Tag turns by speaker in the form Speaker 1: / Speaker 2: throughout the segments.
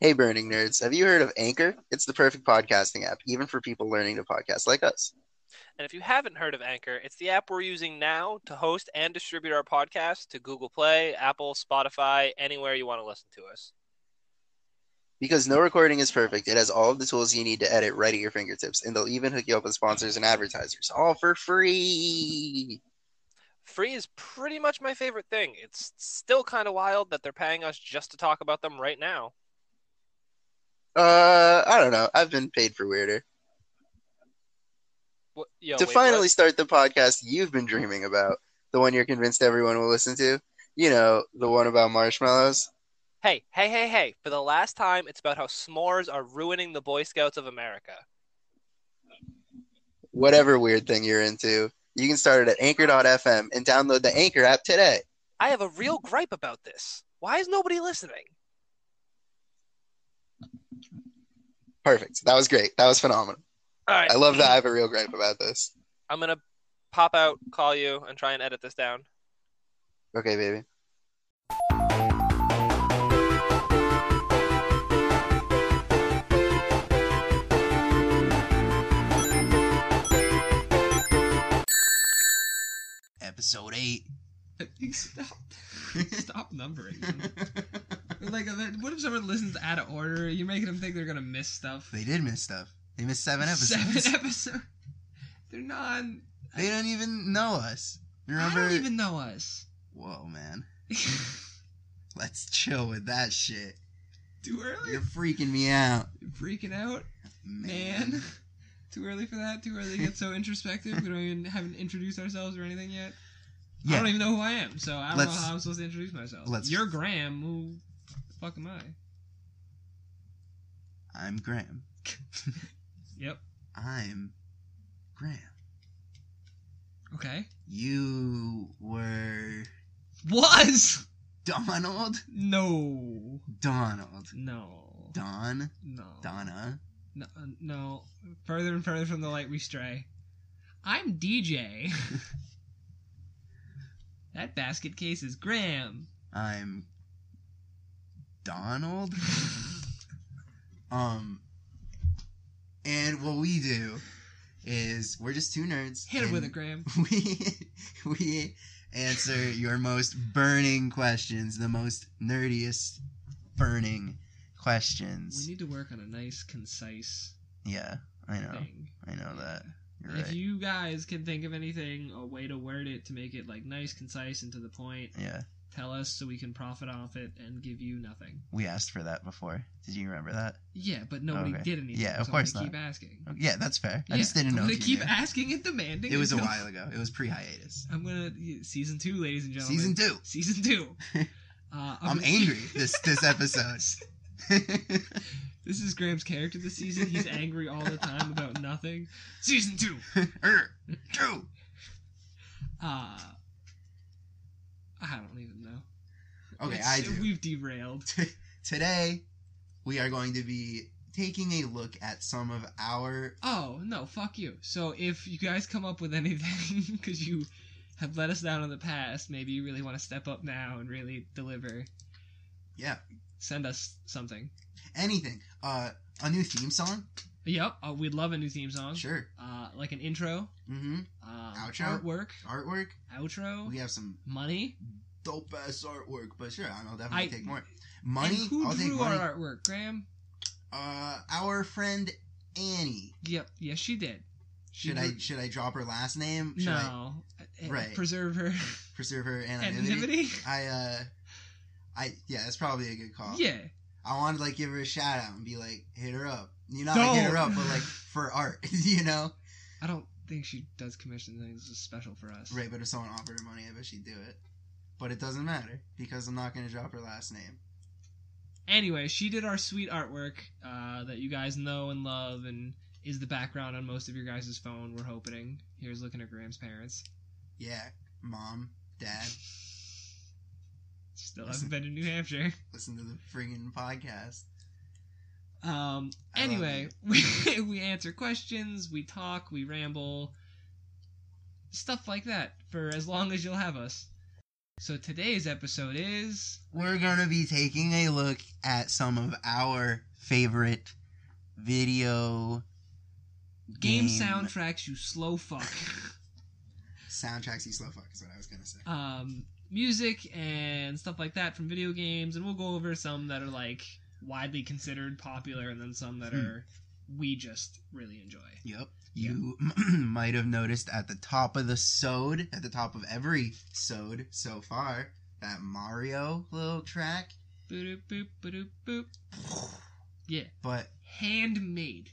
Speaker 1: Hey, burning nerds, have you heard of Anchor? It's the perfect podcasting app, even for people learning to podcast like us.
Speaker 2: And if you haven't heard of Anchor, it's the app we're using now to host and distribute our podcast to Google Play, Apple, Spotify, anywhere you want to listen to us.
Speaker 1: Because no recording is perfect, it has all of the tools you need to edit right at your fingertips, and they'll even hook you up with sponsors and advertisers, all for free.
Speaker 2: Free is pretty much my favorite thing. It's still kind of wild that they're paying us just to talk about them right now.
Speaker 1: Uh, I don't know. I've been paid for weirder.
Speaker 2: What, yo,
Speaker 1: to
Speaker 2: wait, what?
Speaker 1: finally start the podcast you've been dreaming about, the one you're convinced everyone will listen to, you know, the one about marshmallows.
Speaker 2: Hey, hey, hey, hey. For the last time, it's about how s'mores are ruining the Boy Scouts of America.
Speaker 1: whatever weird thing you're into. You can start it at anchor.fm and download the Anchor app today.
Speaker 2: I have a real gripe about this. Why is nobody listening?
Speaker 1: Perfect. That was great. That was phenomenal.
Speaker 2: All right.
Speaker 1: I love that I have a real gripe about this.
Speaker 2: I'm going to pop out, call you, and try and edit this down.
Speaker 1: Okay, baby. Episode 8.
Speaker 3: Stop. Stop numbering. them. like, uh, what if someone listens out of order? You're making them think they're gonna miss stuff.
Speaker 1: They did miss stuff. They missed seven
Speaker 3: Seven episodes. They're not.
Speaker 1: They don't even know us.
Speaker 3: I don't even know us.
Speaker 1: Whoa, man. Let's chill with that shit.
Speaker 3: Too early.
Speaker 1: freaking me out,
Speaker 3: You're freaking out, man. Too early for that. Too early to get so introspective. We don't even haven't introduced ourselves or anything yet. I
Speaker 1: Yeah.
Speaker 3: don't even know who I am, so I don't
Speaker 1: Let's-
Speaker 3: know how I'm supposed to introduce myself.
Speaker 1: let's-
Speaker 3: You're Graham. Who the fuck am I?
Speaker 1: I'm Graham.
Speaker 3: Yep.
Speaker 1: I'm Graham.
Speaker 3: Okay.
Speaker 1: You were
Speaker 3: Was
Speaker 1: Donald?
Speaker 3: no,
Speaker 1: Donald.
Speaker 3: no,
Speaker 1: Don?
Speaker 3: no,
Speaker 1: Donna?
Speaker 3: No, uh, no, further and further from the light we stray. I'm DJ. that basket case is Graham.
Speaker 1: I'm Donald? um and what we do is we're just two nerds.
Speaker 3: Hit it
Speaker 1: and
Speaker 3: with it, Graham.
Speaker 1: We we answer your most burning questions, the most nerdiest burning
Speaker 3: We
Speaker 1: questions.
Speaker 3: need to work on a nice, concise
Speaker 1: Yeah, I know.
Speaker 3: thing.
Speaker 1: I know that. You're
Speaker 3: If
Speaker 1: right.
Speaker 3: you guys can think of anything, a way to word it to make it like nice, concise, and to the point,
Speaker 1: Yeah,
Speaker 3: tell us so we can profit off it and give you nothing.
Speaker 1: we asked for that before. Did you remember that?
Speaker 3: Yeah, but nobody
Speaker 1: Okay.
Speaker 3: did anything.
Speaker 1: Yeah, of
Speaker 3: so I'm
Speaker 1: course
Speaker 3: gonna
Speaker 1: not.
Speaker 3: Keep asking.
Speaker 1: Oh, Yeah, that's fair. I
Speaker 3: Yeah,
Speaker 1: just didn't
Speaker 3: I'm
Speaker 1: know.
Speaker 3: gonna
Speaker 1: if you
Speaker 3: keep
Speaker 1: knew.
Speaker 3: asking and demanding.
Speaker 1: It was a
Speaker 3: until-
Speaker 1: while ago. It was pre-hiatus.
Speaker 3: I'm gonna season two, ladies and gentlemen.
Speaker 1: Season two.
Speaker 3: Season two. Uh,
Speaker 1: I'm
Speaker 3: gonna-
Speaker 1: angry this this episode.
Speaker 3: This is Graham's character this season. He's angry all the time about nothing. Season two.
Speaker 1: Er, True.
Speaker 3: Uh, I don't even know.
Speaker 1: Okay,
Speaker 3: It's-
Speaker 1: I do.
Speaker 3: We've derailed.
Speaker 1: T- Today, we are going to be taking a look at some of our.
Speaker 3: Oh no, fuck you. So if you guys come up with anything because you have let us down in the past, maybe you really want to step up now and really deliver.
Speaker 1: Yeah,
Speaker 3: Send us something.
Speaker 1: anything. Uh, a new theme song.
Speaker 3: Yep, uh, we'd love a new theme song.
Speaker 1: Sure.
Speaker 3: Uh, like an intro,
Speaker 1: Mm-hmm.
Speaker 3: um,
Speaker 1: Outro?
Speaker 3: artwork,
Speaker 1: Artwork.
Speaker 3: outro,
Speaker 1: We have some
Speaker 3: money.
Speaker 1: dope ass artwork, but sure, I'll definitely
Speaker 3: I-
Speaker 1: take more. Money.
Speaker 3: And who
Speaker 1: I'll
Speaker 3: drew
Speaker 1: take money.
Speaker 3: our artwork, Graham?
Speaker 1: uh, our friend Annie.
Speaker 3: Yep. Yes, she did. She
Speaker 1: Should I
Speaker 3: drew-
Speaker 1: should I drop her last name? Should I
Speaker 3: Mm-hmm. No. Uh, uh,
Speaker 1: Right.
Speaker 3: Preserve her
Speaker 1: preserve her anonymity?
Speaker 3: anonymity.
Speaker 1: I uh, I yeah, that's probably a good call.
Speaker 3: Yeah.
Speaker 1: I want to like give her a shout out and be like, hit her up. You know,
Speaker 3: Don't.
Speaker 1: hit her up, but like for art, you know.
Speaker 3: I don't think she does commission things just special for us.
Speaker 1: Right, but if someone offered her money, I bet she'd do it. But it doesn't matter because I'm not gonna drop her last name.
Speaker 3: Anyway, she did our sweet artwork uh, that you guys know and love and is the background on most of your guys' phone, we're hoping. Here's looking at Graham's parents.
Speaker 1: Yeah, mom, dad,
Speaker 3: Still
Speaker 1: Listen.
Speaker 3: haven't been to New Hampshire.
Speaker 1: listen to the friggin' podcast.
Speaker 3: Um,
Speaker 1: I love
Speaker 3: anyway, we, we answer questions, we talk, we ramble, stuff like that for as long as you'll have us. So today's episode is
Speaker 1: We're gonna be taking a look at some of our favorite video
Speaker 3: game, soundtracks. You slow fuck.
Speaker 1: soundtracks. You slow fuck is what I was gonna say.
Speaker 3: um, music and stuff like that from video games, and we'll go over some that are like widely considered popular, and then some that
Speaker 1: Hmm.
Speaker 3: are we just really enjoy.
Speaker 1: Yep. You might have noticed at the top of the sode, at the top of every sode so far, that Mario little track.
Speaker 3: Boop boop boop boop. Yeah.
Speaker 1: But
Speaker 3: Handmade.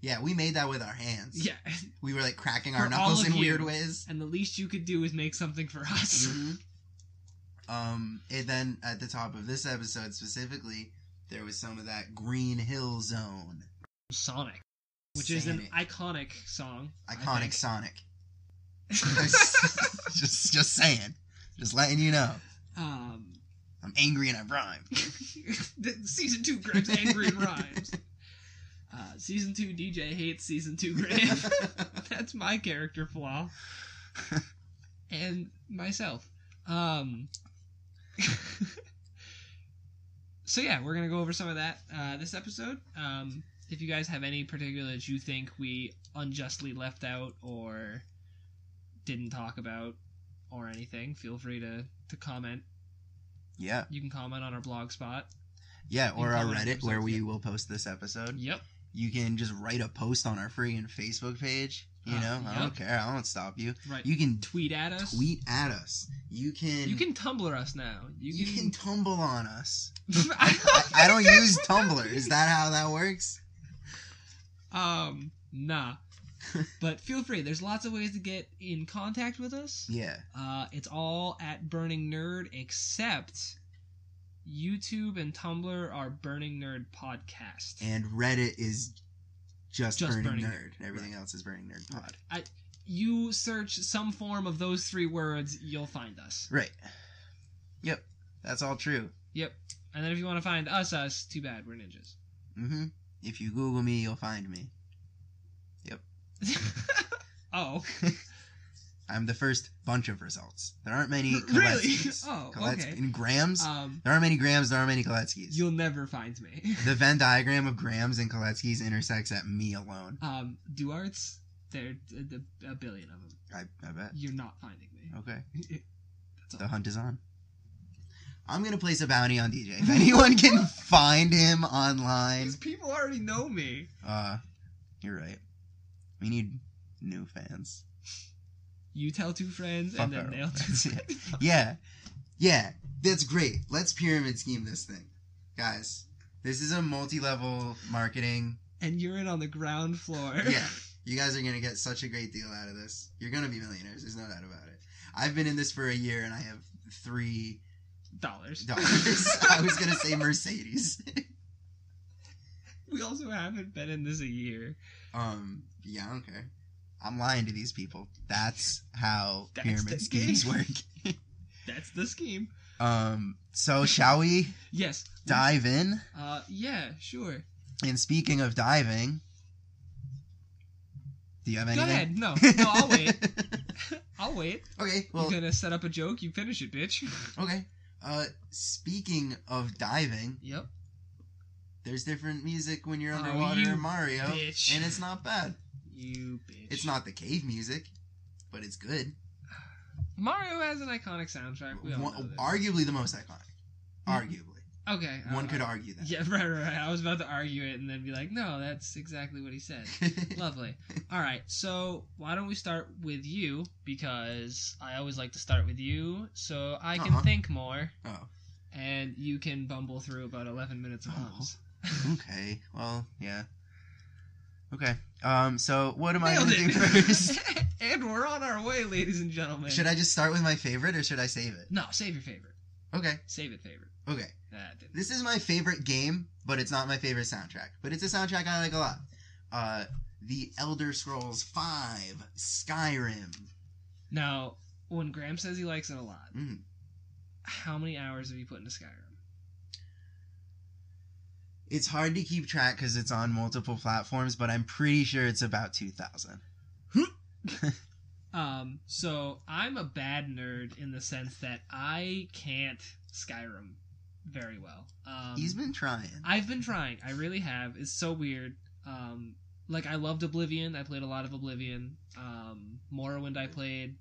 Speaker 1: yeah, we made that with our hands.
Speaker 3: Yeah.
Speaker 1: We were like cracking our
Speaker 3: For all
Speaker 1: knuckles in
Speaker 3: of you.
Speaker 1: weird ways.
Speaker 3: And the least you could do is make something for us.
Speaker 1: Mhm. Um, and then at the top of this episode specifically, there was some of that Green Hill Zone
Speaker 3: Sonic, which is an
Speaker 1: Sonic.
Speaker 3: iconic song. I
Speaker 1: iconic
Speaker 3: think.
Speaker 1: Sonic. just, just saying, just letting you know,
Speaker 3: um,
Speaker 1: I'm angry and I rhyme.
Speaker 3: the- season two Graham's angry and rhymes. Uh, season two DJ hates season two Graham. That's my character flaw, and myself. Um, so yeah, we're gonna go over some of that uh, this episode. Um, if you guys have any particular that you think we unjustly left out or didn't talk about or anything, feel free to to comment.
Speaker 1: yeah,
Speaker 3: You can comment on our blog spot.
Speaker 1: yeah, or our
Speaker 3: comment
Speaker 1: Reddit
Speaker 3: on episodes,
Speaker 1: where we
Speaker 3: yeah.
Speaker 1: will post this episode.
Speaker 3: Yep.
Speaker 1: You can just write a post on our free and Facebook page. You
Speaker 3: Uh,
Speaker 1: know, I
Speaker 3: yeah.
Speaker 1: don't care. I won't stop you.
Speaker 3: Right.
Speaker 1: You can
Speaker 3: tweet at us.
Speaker 1: tweet at us. You can
Speaker 3: You can Tumblr us now. You
Speaker 1: you can
Speaker 3: can.
Speaker 1: tumble on us.
Speaker 3: I
Speaker 1: I,
Speaker 3: don't
Speaker 1: I don't
Speaker 3: think
Speaker 1: use
Speaker 3: that's what
Speaker 1: Tumblr.
Speaker 3: that
Speaker 1: Is that how that works?
Speaker 3: Um, nah. but feel free. There's lots of ways to get in contact with us.
Speaker 1: Yeah.
Speaker 3: Uh, it's all at Burning Nerd, except YouTube and Tumblr are Burning Nerd Podcast.
Speaker 1: And Reddit is just,
Speaker 3: Just
Speaker 1: burning,
Speaker 3: Burning
Speaker 1: nerd. Everything else is burning nerd pod.
Speaker 3: you search some form of those three words, you'll find us.
Speaker 1: Right. Yep. That's all true.
Speaker 3: Yep. And then if you want to find us, us, too bad, we're ninjas.
Speaker 1: Mm-hmm. If you Google me, you'll find me.
Speaker 3: oh.
Speaker 1: I'm the first bunch of results. There aren't many
Speaker 3: Really?
Speaker 1: Koletskis.
Speaker 3: Oh,
Speaker 1: Kolets-
Speaker 3: okay.
Speaker 1: In grams,
Speaker 3: Um,
Speaker 1: there aren't many grams. There aren't many Koletskis.
Speaker 3: you'll never find me.
Speaker 1: The Venn diagram of grams and Koletskis intersects at me alone.
Speaker 3: Um, Duarts, there are a billion of them.
Speaker 1: I, I bet.
Speaker 3: You're not finding me.
Speaker 1: Okay.
Speaker 3: That's
Speaker 1: The
Speaker 3: all.
Speaker 1: hunt is on. I'm gonna place a bounty on DJ. If anyone can find him online,
Speaker 3: These people already know me.
Speaker 1: uh, you're right. We need new fans.
Speaker 3: You tell two friends,
Speaker 1: Fuck
Speaker 3: and then
Speaker 1: our
Speaker 3: they'll
Speaker 1: old
Speaker 3: two
Speaker 1: friends, yeah.
Speaker 3: friends.
Speaker 1: Yeah, yeah, that's great. Let's pyramid scheme this thing, guys. This is a multi-level marketing.
Speaker 3: and you're in on the ground floor.
Speaker 1: Yeah, you guys are gonna get such a great deal out of this. You're gonna be millionaires. There's no doubt about it. I've been in this for a year, and I have three
Speaker 3: Dollars.
Speaker 1: dollars. I was gonna say Mercedes.
Speaker 3: we also haven't been in this a year.
Speaker 1: Um, yeah, I don't care. I'm lying to these people. That's how
Speaker 3: That's
Speaker 1: pyramid
Speaker 3: the
Speaker 1: schemes
Speaker 3: game.
Speaker 1: work.
Speaker 3: That's the scheme.
Speaker 1: Um, so shall we
Speaker 3: Yes.
Speaker 1: dive in?
Speaker 3: Uh, yeah, sure.
Speaker 1: And speaking of diving, do you have
Speaker 3: Go
Speaker 1: anything?
Speaker 3: ahead. No, no, I'll wait. I'll wait.
Speaker 1: okay, well,
Speaker 3: You're gonna set up a joke. You finish it, bitch.
Speaker 1: okay. Uh, speaking of diving,
Speaker 3: Yep.
Speaker 1: there's different music when you're
Speaker 3: Oh,
Speaker 1: underwater
Speaker 3: you
Speaker 1: in Mario,
Speaker 3: bitch.
Speaker 1: and it's not bad.
Speaker 3: You bitch.
Speaker 1: It's not the cave music, but it's good.
Speaker 3: Mario has an iconic soundtrack. We all know
Speaker 1: One,
Speaker 3: this.
Speaker 1: arguably the most iconic. Arguably,
Speaker 3: Okay.
Speaker 1: one
Speaker 3: uh,
Speaker 1: could argue that.
Speaker 3: Yeah, right, right, right. I was about to argue it and then be like, no, that's exactly what he said. Lovely. All right, so why don't we start with you? Because I always like to start with you, so I can
Speaker 1: Uh-huh.
Speaker 3: think more
Speaker 1: oh.
Speaker 3: and you can bumble through about 11 minutes of
Speaker 1: Oh.
Speaker 3: hums.
Speaker 1: Okay. Well, yeah. Okay. Um. So, what am I
Speaker 3: Nailed
Speaker 1: gonna do
Speaker 3: it!
Speaker 1: first?
Speaker 3: and we're on our way, ladies and gentlemen.
Speaker 1: should I just start with my favorite, or should I save it?
Speaker 3: No, save your favorite.
Speaker 1: Okay.
Speaker 3: Save it, favorite.
Speaker 1: Okay.
Speaker 3: That didn't.
Speaker 1: This is my favorite game, but it's not my favorite soundtrack. But it's a soundtrack I like a lot. Uh, The Elder Scrolls Five: Skyrim.
Speaker 3: Now, when Graham says he likes it a lot,
Speaker 1: Mm.
Speaker 3: how many hours have you put into Skyrim?
Speaker 1: It's hard to keep track because it's on multiple platforms, but I'm pretty sure it's about two thousand.
Speaker 3: Um, so I'm a bad nerd in the sense that I can't Skyrim very well. Um,
Speaker 1: He's been trying.
Speaker 3: I've been trying. I really have. It's so weird. Um, like I loved Oblivion. I played a lot of Oblivion. Um, Morrowind I played.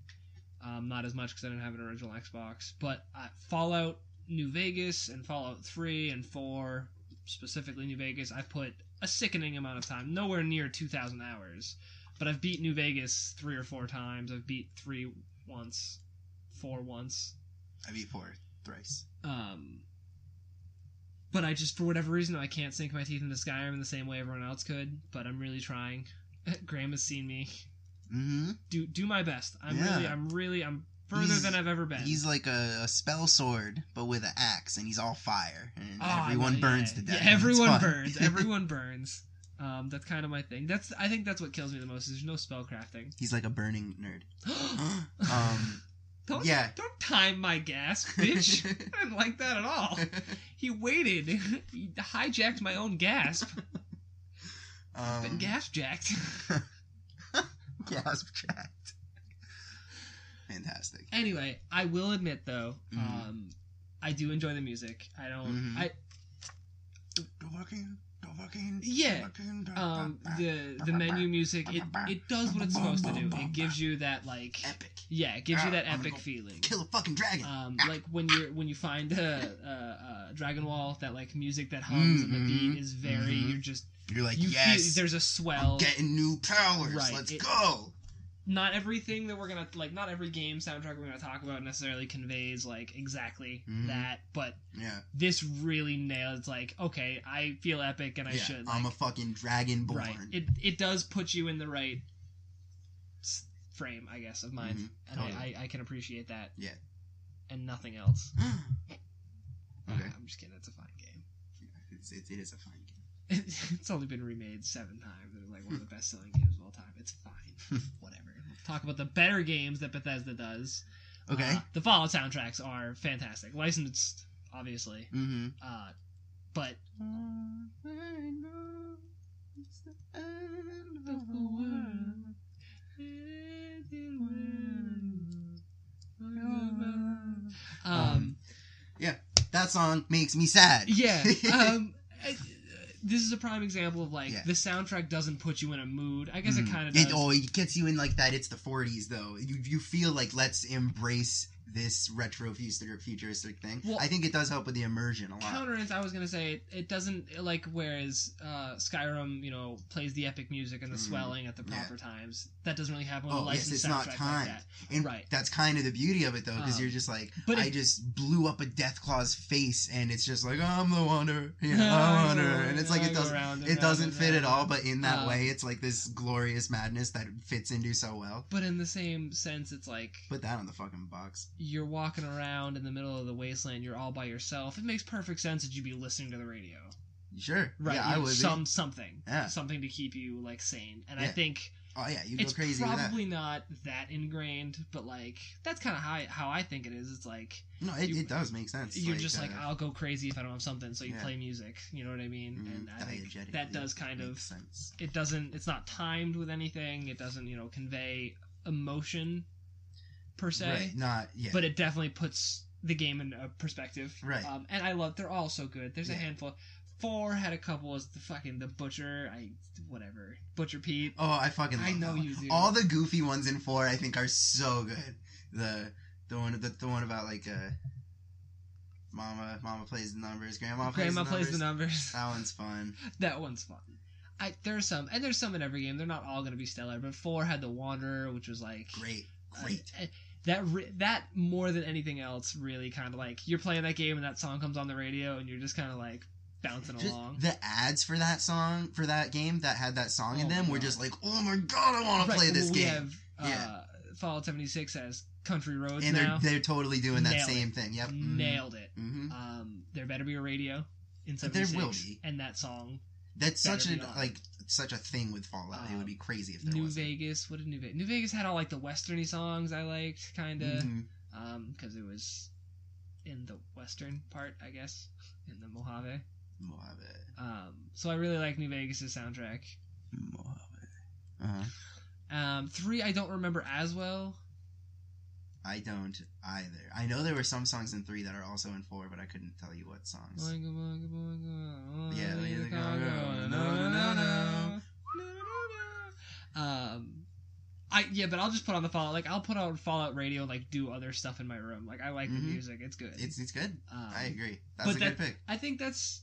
Speaker 3: Um, not as much because I didn't have an original Xbox. But uh, Fallout New Vegas and Fallout Three and Four, specifically New Vegas, I put a sickening amount of time. Nowhere near two thousand hours, but I've beat New Vegas three or four times. I've beat three once, four once.
Speaker 1: I beat four thrice.
Speaker 3: Um, but I just, for whatever reason, I can't sink my teeth into Skyrim in the same way everyone else could. But I'm really trying. Graham has seen me.
Speaker 1: Mm-hmm.
Speaker 3: Do do my best. I'm
Speaker 1: Yeah.
Speaker 3: really, I'm really, I'm further
Speaker 1: He's-
Speaker 3: than I've ever been.
Speaker 1: He's like a, a spell sword, but with an axe, and he's all fire, and
Speaker 3: Oh, I
Speaker 1: everyone
Speaker 3: know,
Speaker 1: burns
Speaker 3: yeah.
Speaker 1: to death.
Speaker 3: Yeah, everyone
Speaker 1: It's fun.
Speaker 3: burns. Everyone burns. Um, that's kind of my thing. That's I think that's what kills me the most. Is there's no spell crafting.
Speaker 1: he's like a burning nerd. um,
Speaker 3: don't
Speaker 1: yeah.
Speaker 3: don't time my gasp, bitch. I didn't like that at all.
Speaker 1: Um,
Speaker 3: He waited. he hijacked my own gasp.
Speaker 1: um,
Speaker 3: Been gasp jacked.
Speaker 1: gasp jacked. Fantastic.
Speaker 3: anyway, I will admit though,
Speaker 1: Mhm.
Speaker 3: um, I do enjoy the music. I don't.
Speaker 1: Mhm.
Speaker 3: I yeah. Um, the the menu music it it does what it's supposed to do. It gives you that like
Speaker 1: epic.
Speaker 3: yeah, it gives you that
Speaker 1: Ah, I'm
Speaker 3: epic
Speaker 1: gonna-
Speaker 3: feeling.
Speaker 1: Kill a fucking dragon.
Speaker 3: Um, like when you're when you find a, uh uh Dragon Wall, that like music that hums and the beat
Speaker 1: Mhm.
Speaker 3: is very
Speaker 1: Mhm.
Speaker 3: you're just
Speaker 1: You're like,
Speaker 3: you
Speaker 1: yes,
Speaker 3: feel there's a
Speaker 1: I'm
Speaker 3: swell.
Speaker 1: getting new powers.
Speaker 3: Right,
Speaker 1: Let's
Speaker 3: it-
Speaker 1: go.
Speaker 3: Not everything that we're gonna like, not every game soundtrack we're gonna talk about necessarily conveys like exactly
Speaker 1: Mhm.
Speaker 3: that, but
Speaker 1: Yeah,
Speaker 3: this really nails like okay i feel epic and i
Speaker 1: yeah.
Speaker 3: should like,
Speaker 1: I'm a fucking dragon born.
Speaker 3: right it, it does put you in the right s- frame i guess of mind
Speaker 1: Mhm,
Speaker 3: and
Speaker 1: totally.
Speaker 3: I, I, I can appreciate that
Speaker 1: Yeah.
Speaker 3: and nothing else
Speaker 1: Mm. okay,
Speaker 3: i'm just kidding it's a fine game
Speaker 1: it's, it, it is a fine game.
Speaker 3: it's only been remade seven times it's like one of the best selling games of all time it's fine whatever talk about the better games that bethesda does
Speaker 1: Okay.
Speaker 3: Uh, the fallout soundtracks are fantastic licensed obviously
Speaker 1: mm-hmm.
Speaker 3: uh, but Um, Um,
Speaker 1: That song makes me sad.
Speaker 3: yeah. Um, I- this is a prime example of like
Speaker 1: Yeah.
Speaker 3: the soundtrack doesn't put you in a mood. I guess it
Speaker 1: Mm.
Speaker 3: kind of does.
Speaker 1: It, oh, it gets you in like that. It's the 40s though. You you feel like let's embrace this retro futur- futuristic thing.
Speaker 3: Well-
Speaker 1: I think it does help with the immersion a lot.
Speaker 3: Counter is I was gonna say it, it doesn't like whereas uh, Skyrim you know plays the epic music and the
Speaker 1: Mm.
Speaker 3: swelling at the
Speaker 1: Yeah.
Speaker 3: proper times. That doesn't really happen with
Speaker 1: Oh,
Speaker 3: a
Speaker 1: yes,
Speaker 3: licensed
Speaker 1: it's
Speaker 3: soundtrack
Speaker 1: not
Speaker 3: like
Speaker 1: timed.
Speaker 3: that.
Speaker 1: and
Speaker 3: right.
Speaker 1: that's kind of the beauty of it though, because
Speaker 3: Um,
Speaker 1: you're just like
Speaker 3: But
Speaker 1: I
Speaker 3: it-
Speaker 1: just blew up a Deathclaw's face, and it's just like I'm the wanderer, yeah,
Speaker 3: I
Speaker 1: I'm
Speaker 3: go
Speaker 1: the wanderer,
Speaker 3: around
Speaker 1: "Oh, and it's like
Speaker 3: I
Speaker 1: it
Speaker 3: go
Speaker 1: doesn't
Speaker 3: around and
Speaker 1: it
Speaker 3: around
Speaker 1: doesn't
Speaker 3: and
Speaker 1: fit at
Speaker 3: around.
Speaker 1: all. But in that
Speaker 3: Um,
Speaker 1: way, it's like this glorious madness that fits into so well.
Speaker 3: But in the same sense, it's like
Speaker 1: Put that on the fucking box.
Speaker 3: you're walking around in the middle of the wasteland. You're all by yourself. It makes perfect sense that you'd be listening to the radio,
Speaker 1: Sure,
Speaker 3: right?
Speaker 1: Yeah, I
Speaker 3: You-
Speaker 1: would. be.
Speaker 3: some something,
Speaker 1: Yeah.
Speaker 3: something to keep you like sane. And I
Speaker 1: Yeah.
Speaker 3: think
Speaker 1: Oh yeah, you go
Speaker 3: it's
Speaker 1: crazy with
Speaker 3: probably not that ingrained, but like that's kind of how I, how I think it is. It's like
Speaker 1: that. No, it,
Speaker 3: you-
Speaker 1: it does make sense.
Speaker 3: you're just like
Speaker 1: uh,
Speaker 3: I'll go crazy if I don't have something, so you
Speaker 1: yeah.
Speaker 3: play music. You know what I mean?
Speaker 1: mm,
Speaker 3: and I think
Speaker 1: diegetically,
Speaker 3: that does kind
Speaker 1: makes
Speaker 3: of
Speaker 1: sense.
Speaker 3: it doesn't it's not timed with anything. It doesn't you know convey emotion per se.
Speaker 1: Right, not yeah.
Speaker 3: but it definitely puts the game in a perspective.
Speaker 1: Right.
Speaker 3: Um, and I love they're all so good. There's a
Speaker 1: Yeah.
Speaker 3: handful. Four had a couple as the fucking the butcher. I whatever butcher Pete.
Speaker 1: oh, I fucking. Love
Speaker 3: I
Speaker 1: that
Speaker 3: know
Speaker 1: one.
Speaker 3: you do.
Speaker 1: All the goofy ones in four, I think, are so good. The the one the, the one about like uh, mama mama plays the numbers, grandma plays
Speaker 3: grandma
Speaker 1: the
Speaker 3: plays the
Speaker 1: numbers.
Speaker 3: numbers.
Speaker 1: That one's fun.
Speaker 3: that one's fun. I there's some and there's some in every game. They're not all gonna be stellar, but four had the wanderer, which was like
Speaker 1: Great,
Speaker 3: uh,
Speaker 1: great.
Speaker 3: eh, that re- that more than anything else really kind of like you're playing that game and that song comes on the radio and you're just kind of like bouncing
Speaker 1: Just
Speaker 3: along.
Speaker 1: the ads for that song for that game that had that song
Speaker 3: Oh
Speaker 1: in them
Speaker 3: my
Speaker 1: were
Speaker 3: God.
Speaker 1: just like, oh my god, I want to play
Speaker 3: Right,
Speaker 1: this
Speaker 3: well,
Speaker 1: game.
Speaker 3: We have uh,
Speaker 1: Yeah.
Speaker 3: Fallout 76 as country roads
Speaker 1: and they're
Speaker 3: now.
Speaker 1: they're totally doing that
Speaker 3: Nailed it.
Speaker 1: same thing. Yep. Mhm.
Speaker 3: Nailed it.
Speaker 1: Mhm.
Speaker 3: Um, there better be a radio in
Speaker 1: There will
Speaker 3: 76.
Speaker 1: be.
Speaker 3: And that song,
Speaker 1: That's
Speaker 3: Better
Speaker 1: such a
Speaker 3: be on.
Speaker 1: like such a thing with Fallout. it
Speaker 3: Um,
Speaker 1: would be crazy if there
Speaker 3: New
Speaker 1: wasn't.
Speaker 3: Vegas. What did New Vegas? New Vegas had all like the westerny songs I liked, kind of,
Speaker 1: Mhm.
Speaker 3: Um, 'cause because it was in the western part, I guess, in the Mojave.
Speaker 1: Mojave.
Speaker 3: Um, so I really like New Vegas' soundtrack.
Speaker 1: Mojave. Uh-huh.
Speaker 3: Um, three, I don't remember as well.
Speaker 1: I don't either. I know there were some songs in three that are also in four, but I couldn't tell you what songs.
Speaker 3: Boingo, boingo, boingo,
Speaker 1: Yeah,
Speaker 3: boingo,
Speaker 1: yeah, the
Speaker 3: go,
Speaker 1: go,
Speaker 3: go,
Speaker 1: go,
Speaker 3: no, no, no,
Speaker 1: no.
Speaker 3: no, no, no. Um, I yeah, but I'll just put on the Fallout. Like I'll put on Fallout Radio. Like do other stuff in my room. Like I like
Speaker 1: Mhm.
Speaker 3: the music. It's good.
Speaker 1: It's it's good.
Speaker 3: um,
Speaker 1: I agree. That's
Speaker 3: but
Speaker 1: a good
Speaker 3: that-
Speaker 1: pick.
Speaker 3: I think that's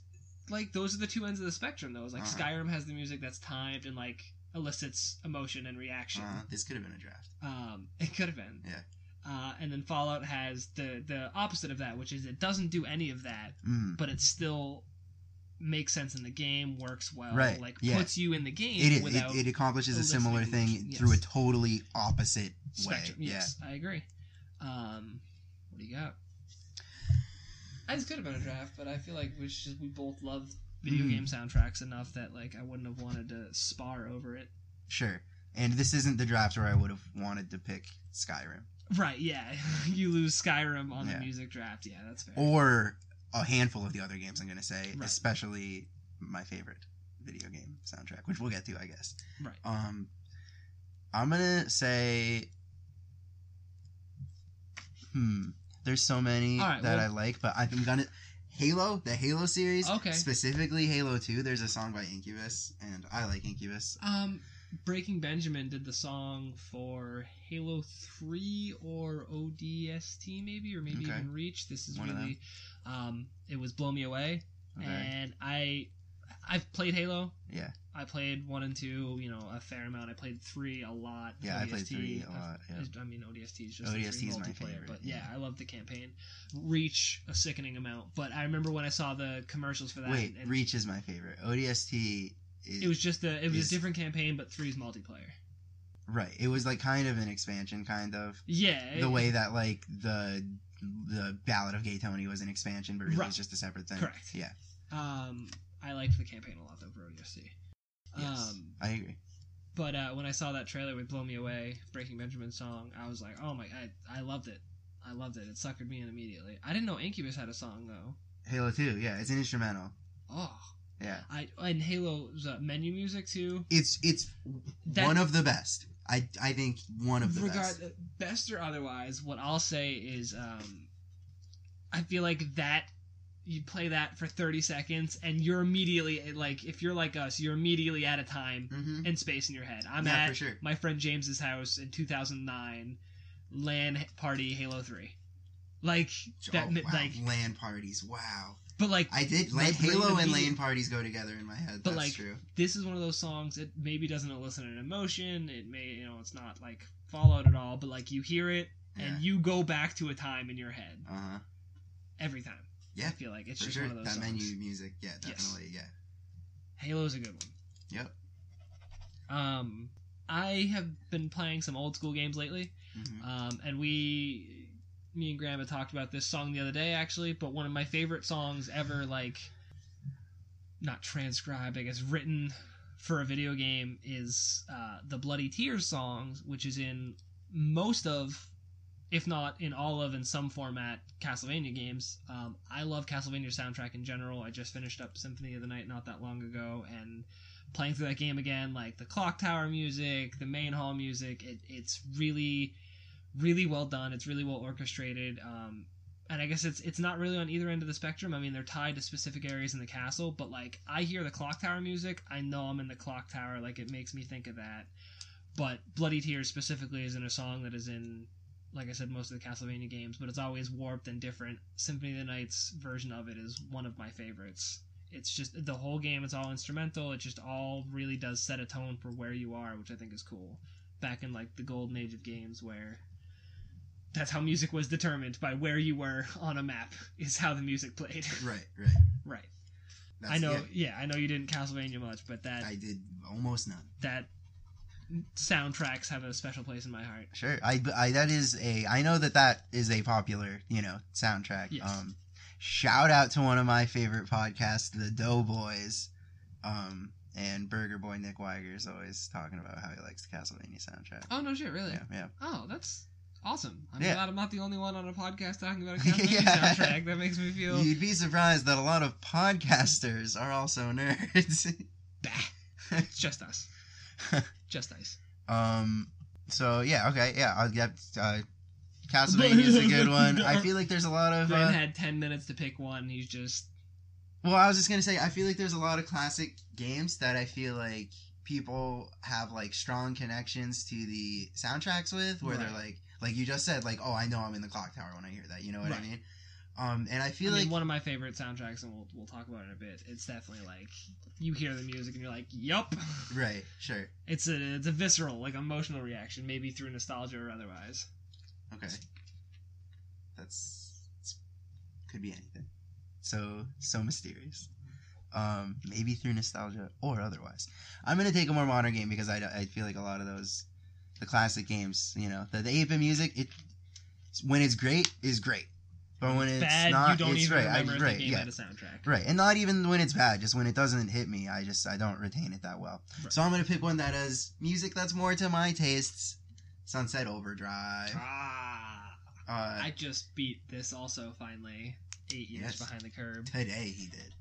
Speaker 3: like those are the two ends of the spectrum. Though, is like
Speaker 1: Uh-huh.
Speaker 3: Skyrim has the music that's timed and like elicits emotion and reaction.
Speaker 1: Uh, this could have been a draft.
Speaker 3: Um, it could have been.
Speaker 1: Yeah.
Speaker 3: Uh, and then Fallout has the the opposite of that, which is it doesn't do any of that,
Speaker 1: Mm.
Speaker 3: but it still makes sense in the game, works well,
Speaker 1: Right,
Speaker 3: like
Speaker 1: yeah.
Speaker 3: puts you in the game
Speaker 1: It is.
Speaker 3: without
Speaker 1: It, it accomplishes a similar thing
Speaker 3: eliciting- yes.
Speaker 1: through a totally opposite
Speaker 3: spectrum.
Speaker 1: way.
Speaker 3: Yes, I agree. Um, what do you got? I just could have been a draft, but I feel like we just, we both love video
Speaker 1: Mhm.
Speaker 3: game soundtracks enough that like I wouldn't have wanted to spar over it.
Speaker 1: Yeah, sure. And this isn't the draft where I would have wanted to pick Skyrim
Speaker 3: Right? Yeah, you lose Skyrim on
Speaker 1: Yeah.
Speaker 3: the music draft. Yeah, that's fair.
Speaker 1: or a handful of the other games. I'm going to say,
Speaker 3: Right.
Speaker 1: especially my favorite video game soundtrack, which we'll get to, I guess.
Speaker 3: Right.
Speaker 1: Um, I'm gonna say, hmm. There's so many
Speaker 3: All right,
Speaker 1: that
Speaker 3: well-
Speaker 1: I like, but I'm gonna Halo, the Halo series,
Speaker 3: Okay.
Speaker 1: specifically Halo Two. There's a song by Incubus, and I like Incubus.
Speaker 3: Um, Breaking Benjamin did the song for Halo Three or ODST maybe, or maybe
Speaker 1: Okay.
Speaker 3: even Reach. This is
Speaker 1: One of
Speaker 3: really, um, it was Blow Me Away, and I, I've played Halo.
Speaker 1: Yeah,
Speaker 3: I played one and two, you know, a fair amount. I played three a lot.
Speaker 1: yeah, I played
Speaker 3: ODST,
Speaker 1: three a
Speaker 3: I've-
Speaker 1: lot. Yeah.
Speaker 3: uh, I mean, ODST is just
Speaker 1: ODST
Speaker 3: a
Speaker 1: is
Speaker 3: free
Speaker 1: my
Speaker 3: multiplayer,
Speaker 1: favorite,
Speaker 3: but yeah,
Speaker 1: yeah.
Speaker 3: I love the campaign. Reach a sickening amount, but I remember when I saw the commercials for that.
Speaker 1: Wait,
Speaker 3: and
Speaker 1: Reach is my favorite. ODST is
Speaker 3: It was just a it was
Speaker 1: is-
Speaker 3: a different campaign, but three's multiplayer.
Speaker 1: right. It was like kind of an expansion, kind of
Speaker 3: Yeah,
Speaker 1: the
Speaker 3: it-
Speaker 1: way that like the the Ballad of Gay Tony was an expansion, but really
Speaker 3: Right.
Speaker 1: it's just a separate thing.
Speaker 3: Correct.
Speaker 1: Yeah.
Speaker 3: Um, I liked the campaign a lot though for ODST.
Speaker 1: Yes.
Speaker 3: Um,
Speaker 1: I agree.
Speaker 3: but uh, when I saw that trailer with "Blow Me Away" Breaking Benjamin song, I was like, "Oh my! I, I loved it. I loved it. It suckered me in immediately." I didn't know Incubus had a song though.
Speaker 1: Halo Two, yeah, it's an instrumental.
Speaker 3: Oh,
Speaker 1: Yeah,
Speaker 3: I and Halo's uh, menu music too.
Speaker 1: it's it's
Speaker 3: That-
Speaker 1: one of the best. I I think one of the
Speaker 3: Regard
Speaker 1: best.
Speaker 3: best or otherwise, what I'll say is, um, I feel like that you play that for thirty seconds and you're immediately like, if you're like us, you're immediately out of time
Speaker 1: Mm-hmm.
Speaker 3: and space in your head. I'm
Speaker 1: yeah,
Speaker 3: at
Speaker 1: for sure.
Speaker 3: my friend James's house in 2009, LAN party Halo 3. Like that,
Speaker 1: oh,
Speaker 3: mi-
Speaker 1: wow.
Speaker 3: like,
Speaker 1: LAN parties. Wow,
Speaker 3: but like
Speaker 1: I did.
Speaker 3: My
Speaker 1: Lan,
Speaker 3: brain
Speaker 1: Halo and
Speaker 3: immediate-
Speaker 1: LAN parties go together in my head.
Speaker 3: But,
Speaker 1: That's
Speaker 3: like,
Speaker 1: true.
Speaker 3: this is one of those songs. It maybe doesn't elicit an emotion. It may, you know, it's not like Fallout at all. But like you hear it
Speaker 1: Yeah.
Speaker 3: and you go back to a time in your head
Speaker 1: Uh huh.
Speaker 3: every time.
Speaker 1: Yeah,
Speaker 3: I feel like it's
Speaker 1: For
Speaker 3: just
Speaker 1: sure.
Speaker 3: one
Speaker 1: That
Speaker 3: of those songs.
Speaker 1: menu music. Yeah,
Speaker 3: Yes.
Speaker 1: definitely. Yeah.
Speaker 3: Halo's a good one.
Speaker 1: Yep.
Speaker 3: Um, I have been playing some old school games lately.
Speaker 1: Mhm.
Speaker 3: Um, and we, me and Grandma talked about this song the other day, actually. But one of my favorite songs ever, like, not transcribed, I guess, written for a video game is uh, the Bloody Tears songs, which is in most of, if not in all of, in some format, Castlevania games. Um, I love Castlevania soundtrack in general. I just finished up Symphony of the Night not that long ago, and playing through that game again, like the clock tower music, the main hall music, it, it's really, really well done. It's really well orchestrated. Um, and I guess it's it's not really on either end of the spectrum. I mean, they're tied to specific areas in the castle, but like I hear the clock tower music, I know I'm in the clock tower. Like it makes me think of that. But Bloody Tears specifically is in a song that is in, like I said, most of the Castlevania games, but it's always warped and different. Symphony of the Night's version of it is one of my favorites it's just the whole game it's all instrumental it just all really does set a tone for where you are which i think is cool back in like the golden age of games where that's how music was determined by where you were on a map is how the music played
Speaker 1: Right. Right.
Speaker 3: right
Speaker 1: That's,
Speaker 3: i know
Speaker 1: yeah,
Speaker 3: yeah. i know you didn't castlevania much but that
Speaker 1: I did almost none.
Speaker 3: that soundtracks have a special place in my heart
Speaker 1: Sure. I, I that is a I know that that is a popular, you know, soundtrack.
Speaker 3: Yes.
Speaker 1: Um shout out to one of my favorite podcasts, The Doughboys. Um and Burger Boy Nick Weiger is always talking about how he likes the Castlevania soundtrack.
Speaker 3: oh no shit really
Speaker 1: Yeah, yeah.
Speaker 3: oh that's awesome i'm
Speaker 1: Yeah.
Speaker 3: glad i'm not the only one on a podcast talking about a
Speaker 1: Castlevania
Speaker 3: castlevania
Speaker 1: Yeah.
Speaker 3: soundtrack
Speaker 1: soundtrack.
Speaker 3: that makes me feel
Speaker 1: You'd be surprised that a lot of podcasters are also nerds.
Speaker 3: Bah. It's just us. just ice.
Speaker 1: Um. So yeah, okay, yeah, I'll get uh, Castlevania's a good one. I feel like there's a lot of.
Speaker 3: Glenn
Speaker 1: Uh,
Speaker 3: had ten minutes to pick one. He's just
Speaker 1: well, I was just gonna say, I feel like there's a lot of classic games that I feel like people have like strong connections to the soundtracks with, where they're
Speaker 3: Right.
Speaker 1: like, like you just said, like, oh, I know I'm in the clock tower when I hear that. You know what
Speaker 3: Right.
Speaker 1: I mean? Um, and I
Speaker 3: I
Speaker 1: feel
Speaker 3: mean,
Speaker 1: like
Speaker 3: one of my favorite soundtracks, and we'll we'll talk about it in a bit. It's definitely like you hear the music and you're like, "Yup."
Speaker 1: right, sure,
Speaker 3: It's a it's a visceral, like emotional reaction, maybe through nostalgia or otherwise.
Speaker 1: okay, that's, that's could be anything. So so mysterious. Um, maybe through nostalgia or otherwise. I'm gonna take a more modern game because I, I feel like a lot of those, the classic games, you know, the, the 8-bit music, it when it's great is great, but when it's
Speaker 3: Bad,
Speaker 1: not,
Speaker 3: you don't
Speaker 1: it's
Speaker 3: even
Speaker 1: right.
Speaker 3: remember
Speaker 1: I,
Speaker 3: if
Speaker 1: right,
Speaker 3: the game
Speaker 1: yeah,
Speaker 3: had a soundtrack.
Speaker 1: Right, and not even when it's bad, just when it doesn't hit me, I just I don't retain it that well.
Speaker 3: Right.
Speaker 1: So I'm gonna pick one that has music that's more to my tastes. Sunset Overdrive.
Speaker 3: Ah,
Speaker 1: Uh,
Speaker 3: I just beat this also finally eight years
Speaker 1: Yes.
Speaker 3: behind the curb.
Speaker 1: today he did.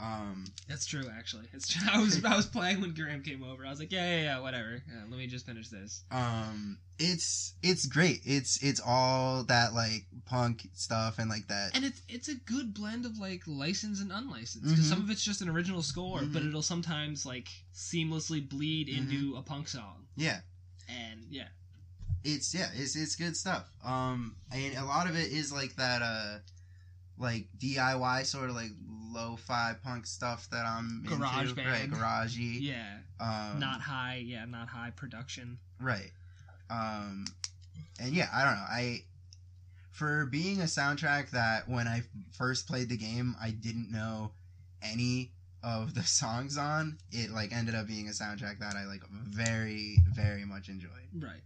Speaker 1: Um,
Speaker 3: That's true, actually. It's I was I was playing when Graham came over. I was like, yeah, yeah, yeah, whatever. Uh, let me just finish this.
Speaker 1: um, it's it's great. It's it's all that like punk stuff and like that.
Speaker 3: And it's it's a good blend of like licensed and unlicensed because
Speaker 1: Mhm.
Speaker 3: some of it's just an original score, but
Speaker 1: Mhm.
Speaker 3: it'll sometimes like seamlessly bleed
Speaker 1: Mm-hmm.
Speaker 3: into a punk song.
Speaker 1: Yeah,
Speaker 3: And yeah,
Speaker 1: it's yeah, it's it's good stuff. Um, and a lot of it is like that, uh, like DIY sort of like lo-fi punk stuff that I'm
Speaker 3: Garage
Speaker 1: into,
Speaker 3: band.
Speaker 1: right? Garagey.
Speaker 3: yeah,
Speaker 1: Um,
Speaker 3: not high, yeah, not high production.
Speaker 1: Right. Um and yeah, I don't know. I for being a soundtrack that when I first played the game, I didn't know any of the songs on, it like ended up being a soundtrack that I like very very much enjoyed.
Speaker 3: Right.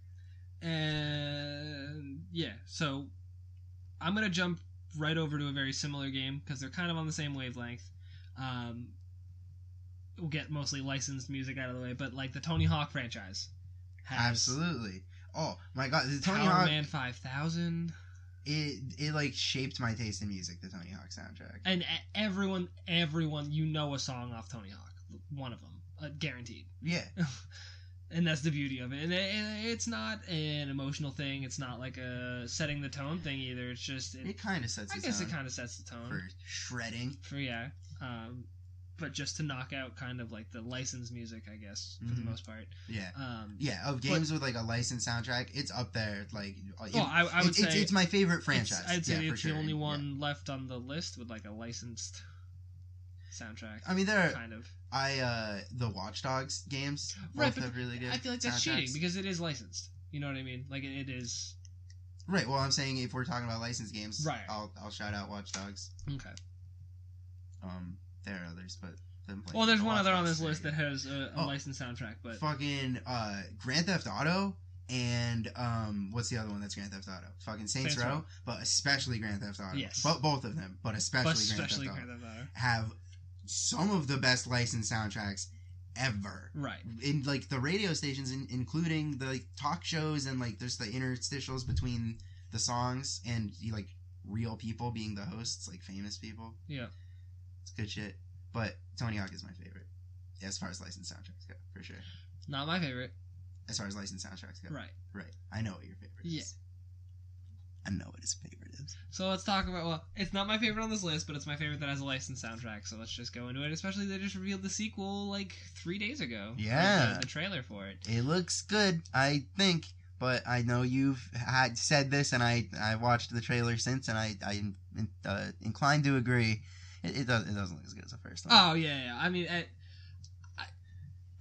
Speaker 3: And yeah, so I'm gonna jump right over to a very similar game because they're kind of on the same wavelength. Um, we'll get mostly licensed music out of the way, but like the Tony Hawk franchise has
Speaker 1: Absolutely. Oh my god, the
Speaker 3: Power
Speaker 1: Tony Hawk
Speaker 3: Man 5000,
Speaker 1: it it like shaped my taste in music, the Tony Hawk soundtrack.
Speaker 3: and e- everyone, everyone, you know a song off Tony Hawk, one of them, uh, guaranteed.
Speaker 1: Yeah.
Speaker 3: and that's the beauty of it. And it, and it's not an emotional thing. It's not like a setting the tone thing either. It's just it,
Speaker 1: It kind of sets
Speaker 3: I
Speaker 1: the
Speaker 3: guess it
Speaker 1: tone
Speaker 3: kind of sets the tone
Speaker 1: for shredding.
Speaker 3: for yeah, um, but just to knock out kind of like the licensed music, I guess for
Speaker 1: Mhm.
Speaker 3: the most part.
Speaker 1: Yeah.
Speaker 3: Um,
Speaker 1: Yeah, of games with like a licensed soundtrack, it's up there. Like, it-
Speaker 3: well, I, I would
Speaker 1: it's,
Speaker 3: say
Speaker 1: it's, it's my favorite
Speaker 3: it's-
Speaker 1: franchise.
Speaker 3: I'd say
Speaker 1: Yeah, for
Speaker 3: it's
Speaker 1: sure.
Speaker 3: the only
Speaker 1: Yeah.
Speaker 3: one left on the list with like a licensed soundtrack.
Speaker 1: I mean, there are
Speaker 3: kind of.
Speaker 1: I uh the Watch Dogs games
Speaker 3: Right,
Speaker 1: both
Speaker 3: but
Speaker 1: have really good.
Speaker 3: I feel like that's
Speaker 1: soundtracks.
Speaker 3: cheating because it is licensed. You know what I mean? Like it, it is.
Speaker 1: right. Well, I'm saying if we're talking about licensed games,
Speaker 3: Right.
Speaker 1: I'll I'll shout out Watch Dogs.
Speaker 3: Okay.
Speaker 1: Um, there are others, but them playing
Speaker 3: Well, there's
Speaker 1: the
Speaker 3: one
Speaker 1: Watch
Speaker 3: other on
Speaker 1: Dogs
Speaker 3: this
Speaker 1: is
Speaker 3: list that
Speaker 1: very
Speaker 3: has a, a
Speaker 1: Oh.
Speaker 3: licensed soundtrack, but
Speaker 1: good. fucking uh Grand Theft Auto and um what's the other one that's Grand Theft Auto? Fucking Saints,
Speaker 3: Saints
Speaker 1: Row,
Speaker 3: Row.
Speaker 1: but especially Grand Theft Auto.
Speaker 3: Yes.
Speaker 1: But both of them, but especially
Speaker 3: but
Speaker 1: Grand
Speaker 3: especially
Speaker 1: Theft Auto
Speaker 3: Grand Theft Auto.
Speaker 1: have some of the best licensed soundtracks ever.
Speaker 3: Right.
Speaker 1: in like the radio stations in, including the like, talk shows and like there's the interstitials between the songs and you, like real people being the hosts like famous people
Speaker 3: Yeah.
Speaker 1: it's good shit but tony hawk is my favorite as far as licensed soundtracks go for sure
Speaker 3: Not my favorite.
Speaker 1: as far as licensed soundtracks go
Speaker 3: Right.
Speaker 1: right i know what your favorite
Speaker 3: Yeah.
Speaker 1: is i know what his favorite is
Speaker 3: So let's talk about. Well, it's not my favorite on this list, but it's my favorite that has a licensed soundtrack. So let's just go into it. Especially they just revealed the sequel like three days ago. Like,
Speaker 1: Yeah.
Speaker 3: the, the trailer for it.
Speaker 1: it looks good i think but I know you've had said this, and I I watched the trailer since, and I I uh, inclined to agree. It, it does it doesn't look as good as the first one.
Speaker 3: Oh yeah, yeah. I mean, I, I,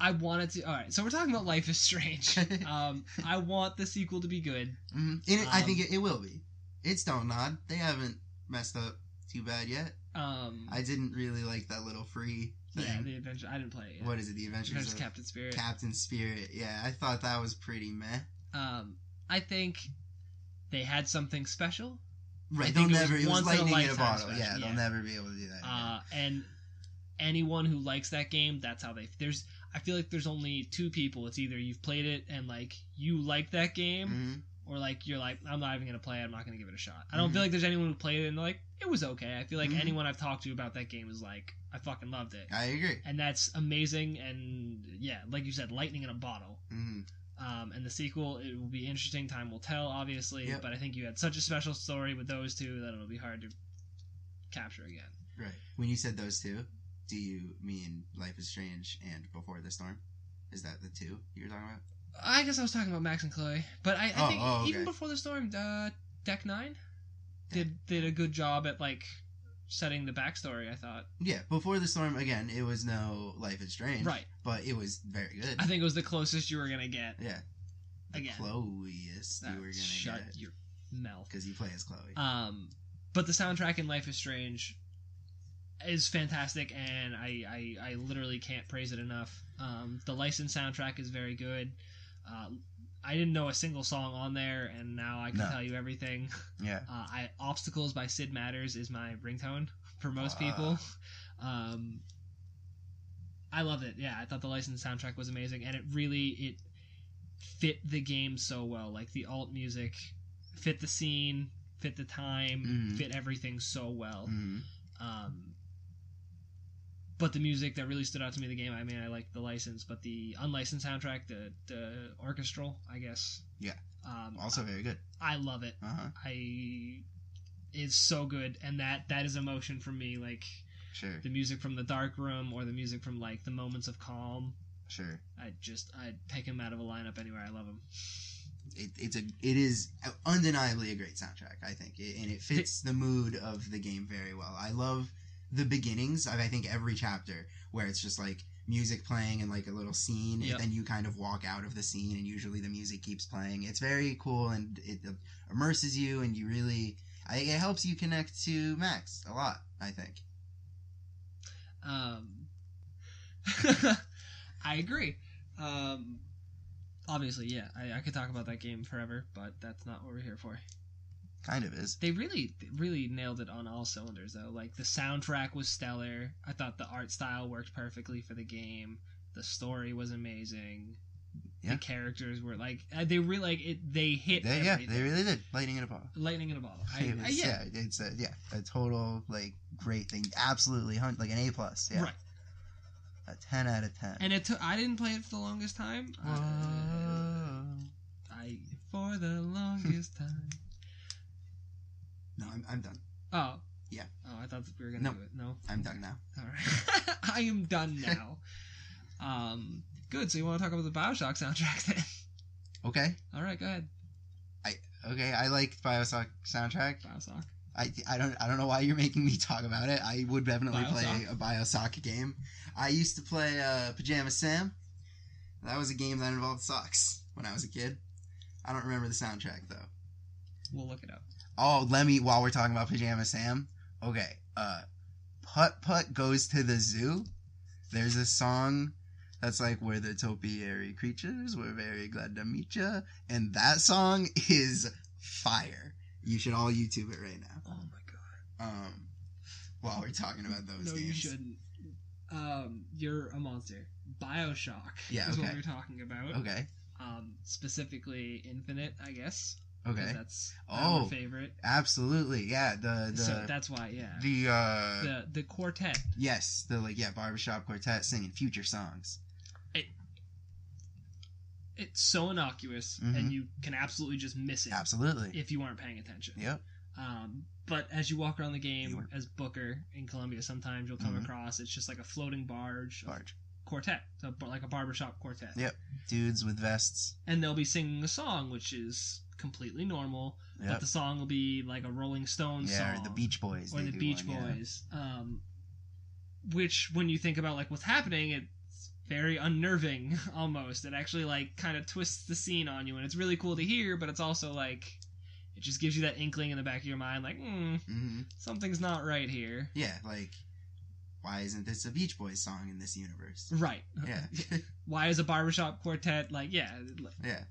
Speaker 3: I wanted to. All right, so we're talking about Life is Strange. um, I want the sequel to be good.
Speaker 1: hmm And it, I
Speaker 3: Um,
Speaker 1: think it, it will be. It's Don't Nod. They haven't messed up too bad yet.
Speaker 3: Um,
Speaker 1: I didn't really like that little free thing.
Speaker 3: yeah, the adventure. I didn't play it. Yet.
Speaker 1: What is it? The Adventures
Speaker 3: Adventures
Speaker 1: of
Speaker 3: of Captain Spirit.
Speaker 1: Captain Spirit. Yeah, I thought that was pretty meh.
Speaker 3: um, I think they had something special. I
Speaker 1: Right,
Speaker 3: think
Speaker 1: they'll
Speaker 3: it was
Speaker 1: never. It was
Speaker 3: once in a
Speaker 1: lightning in a
Speaker 3: lifetime
Speaker 1: bottle.
Speaker 3: special,
Speaker 1: Yeah,
Speaker 3: yeah.
Speaker 1: they'll never be able to do that. again.
Speaker 3: Uh, and anyone who likes that game, that's how they. There's, I feel like there's only two people. It's either you've played it and like you like that game,
Speaker 1: Mhm.
Speaker 3: or like you're like, I'm not even gonna play it. I'm not gonna give it a shot. I don't
Speaker 1: Mhm.
Speaker 3: feel like there's anyone who played it and they're like it was okay. I feel like
Speaker 1: Mhm.
Speaker 3: anyone I've talked to about that game is like, I fucking loved it,
Speaker 1: I agree.
Speaker 3: and that's amazing. And yeah, like you said, lightning in a bottle.
Speaker 1: hmm
Speaker 3: Um, and the sequel, it will be interesting. Time will tell, obviously.
Speaker 1: Yep.
Speaker 3: But I think you had such a special story with those two that it'll be hard to capture again.
Speaker 1: Right. When you said those two, do you mean Life is Strange and Before the Storm? Is that the two you were talking about?
Speaker 3: I guess I was talking about Max and Chloe, but I, I
Speaker 1: Oh,
Speaker 3: think
Speaker 1: oh,
Speaker 3: even
Speaker 1: okay.
Speaker 3: before the storm, uh, Deck Nine did did a good job at like setting the backstory. I thought.
Speaker 1: Yeah, Before the Storm again, it was no Life is Strange.
Speaker 3: Right.
Speaker 1: But it was very good.
Speaker 3: I think it was the closest you were gonna get.
Speaker 1: yeah. The
Speaker 3: Again.
Speaker 1: Chloe-est
Speaker 3: Ah,
Speaker 1: you were gonna
Speaker 3: shut
Speaker 1: get.
Speaker 3: your mouth.
Speaker 1: Because you play as Chloe.
Speaker 3: Um, but the soundtrack in Life is Strange is fantastic, and I, I, I literally can't praise it enough. Um, the licensed soundtrack is very good. Uh, I didn't know a single song on there, and now I can
Speaker 1: No.
Speaker 3: tell you everything.
Speaker 1: yeah.
Speaker 3: Uh, I, Obstacles by Sid Matters is my ringtone for most
Speaker 1: Wow.
Speaker 3: people. Um, I love it. Yeah, I thought the licensed soundtrack was amazing, and it really it fit the game so well. Like the alt music fit the scene, fit the time,
Speaker 1: Mhm.
Speaker 3: fit everything so well.
Speaker 1: hmm
Speaker 3: Um, but the music that really stood out to me in the game. I mean, I like the license, but the unlicensed soundtrack, the the orchestral, I guess.
Speaker 1: Yeah.
Speaker 3: Um,
Speaker 1: Also very good.
Speaker 3: I love it.
Speaker 1: Uh huh.
Speaker 3: I is so good, and that that is emotion for me. Like
Speaker 1: Sure.
Speaker 3: the music from the dark room or the music from like the moments of calm.
Speaker 1: Sure.
Speaker 3: I just I'd pick him out of a lineup anywhere. I love him.
Speaker 1: It, it's a it is undeniably a great soundtrack. I think, it, and it fits the mood of the game very well. I love the beginnings of I think every chapter where it's just like music playing and like a little scene,
Speaker 3: Yep.
Speaker 1: and then you kind of walk out of the scene, and usually the music keeps playing. It's very cool and it immerses you, and you really. I think it helps you connect to Max a lot. I think.
Speaker 3: Um, I agree. Um, obviously, yeah, I, I could talk about that game forever, but that's not what we're here for.
Speaker 1: Kind of is.
Speaker 3: They really, really nailed it on all cylinders, though. Like the soundtrack was stellar. I thought the art style worked perfectly for the game. The story was amazing.
Speaker 1: Yeah.
Speaker 3: The characters were like uh, they really like it. They hit.
Speaker 1: They, yeah, they
Speaker 3: everything.
Speaker 1: really did. Lighting in a bottle.
Speaker 3: lightning in a bottle. I,
Speaker 1: It
Speaker 3: I-
Speaker 1: was,
Speaker 3: yeah,
Speaker 1: yeah. it's a yeah, a total like great thing. Absolutely, hun- like an A plus. Yeah,
Speaker 3: right.
Speaker 1: a ten out of ten.
Speaker 3: And it took. I didn't play it for the longest time. Uh,
Speaker 1: Whoa.
Speaker 3: I for the longest time.
Speaker 1: No, I'm, I'm done.
Speaker 3: Oh.
Speaker 1: Yeah.
Speaker 3: Oh, I thought we were gonna
Speaker 1: No.
Speaker 3: do it. No.
Speaker 1: I'm done now.
Speaker 3: All right. I am done now. um. Good. So you want to talk about the Bioshock soundtrack then?
Speaker 1: Okay,
Speaker 3: All right. Go ahead.
Speaker 1: okay. I like Bioshock soundtrack.
Speaker 3: Bioshock.
Speaker 1: I, I don't I don't know why you're making me talk about it. I would definitely play
Speaker 3: Bioshock?
Speaker 1: a Bioshock game. I used to play uh, Pajama Sam. That was a game that involved socks when I was a kid. I don't remember the soundtrack though.
Speaker 3: We'll look it up.
Speaker 1: Oh, let me while we're talking about Pajama Sam. Okay. Uh Putt Putt goes to the zoo. There's a song that's like where the topiary creatures were very glad to meet ya. And that song is fire. You should all YouTube it right now.
Speaker 3: Oh my god.
Speaker 1: Um while we're talking about those
Speaker 3: No,
Speaker 1: games.
Speaker 3: you shouldn't. Um, you're a monster. Bioshock.
Speaker 1: Yeah,
Speaker 3: Is what
Speaker 1: okay.
Speaker 3: we're talking about.
Speaker 1: Okay.
Speaker 3: Um, specifically Infinite, I guess. 'cause
Speaker 1: Okay.
Speaker 3: That's our
Speaker 1: Oh.
Speaker 3: favorite.
Speaker 1: Absolutely. Yeah, the the
Speaker 3: so that's why. Yeah.
Speaker 1: the uh
Speaker 3: the the quartet.
Speaker 1: yes, the like yeah, barbershop quartet singing future songs.
Speaker 3: It's so innocuous,
Speaker 1: Mhm.
Speaker 3: and you can absolutely just miss it
Speaker 1: Absolutely.
Speaker 3: if you aren't paying attention.
Speaker 1: Yep.
Speaker 3: Um, but as you walk around the
Speaker 1: You
Speaker 3: game
Speaker 1: are-
Speaker 3: as Booker in Colombia, sometimes you'll come
Speaker 1: Mhm.
Speaker 3: across it's just like a floating barge, of
Speaker 1: Large.
Speaker 3: quartet, so, but like a barbershop quartet.
Speaker 1: Yep. Dudes with vests.
Speaker 3: And they'll be singing a song, which is completely normal,
Speaker 1: Yep.
Speaker 3: but the song will be like a Rolling Stones
Speaker 1: yeah,
Speaker 3: song
Speaker 1: or the Beach Boys.
Speaker 3: or
Speaker 1: they
Speaker 3: the
Speaker 1: do
Speaker 3: Beach
Speaker 1: one, yeah.
Speaker 3: Boys. Um, which, when you think about like what's happening, it's very unnerving almost. It actually like kind of twists the scene on you, and it's really cool to hear, but it's also like it just gives you that inkling in the back of your mind, like mm,
Speaker 1: Mhm.
Speaker 3: something's not right here.
Speaker 1: Yeah, like why isn't this a Beach Boys song in this universe?
Speaker 3: Right?
Speaker 1: Yeah,
Speaker 3: Why is a barbershop quartet like yeah? like,
Speaker 1: yeah,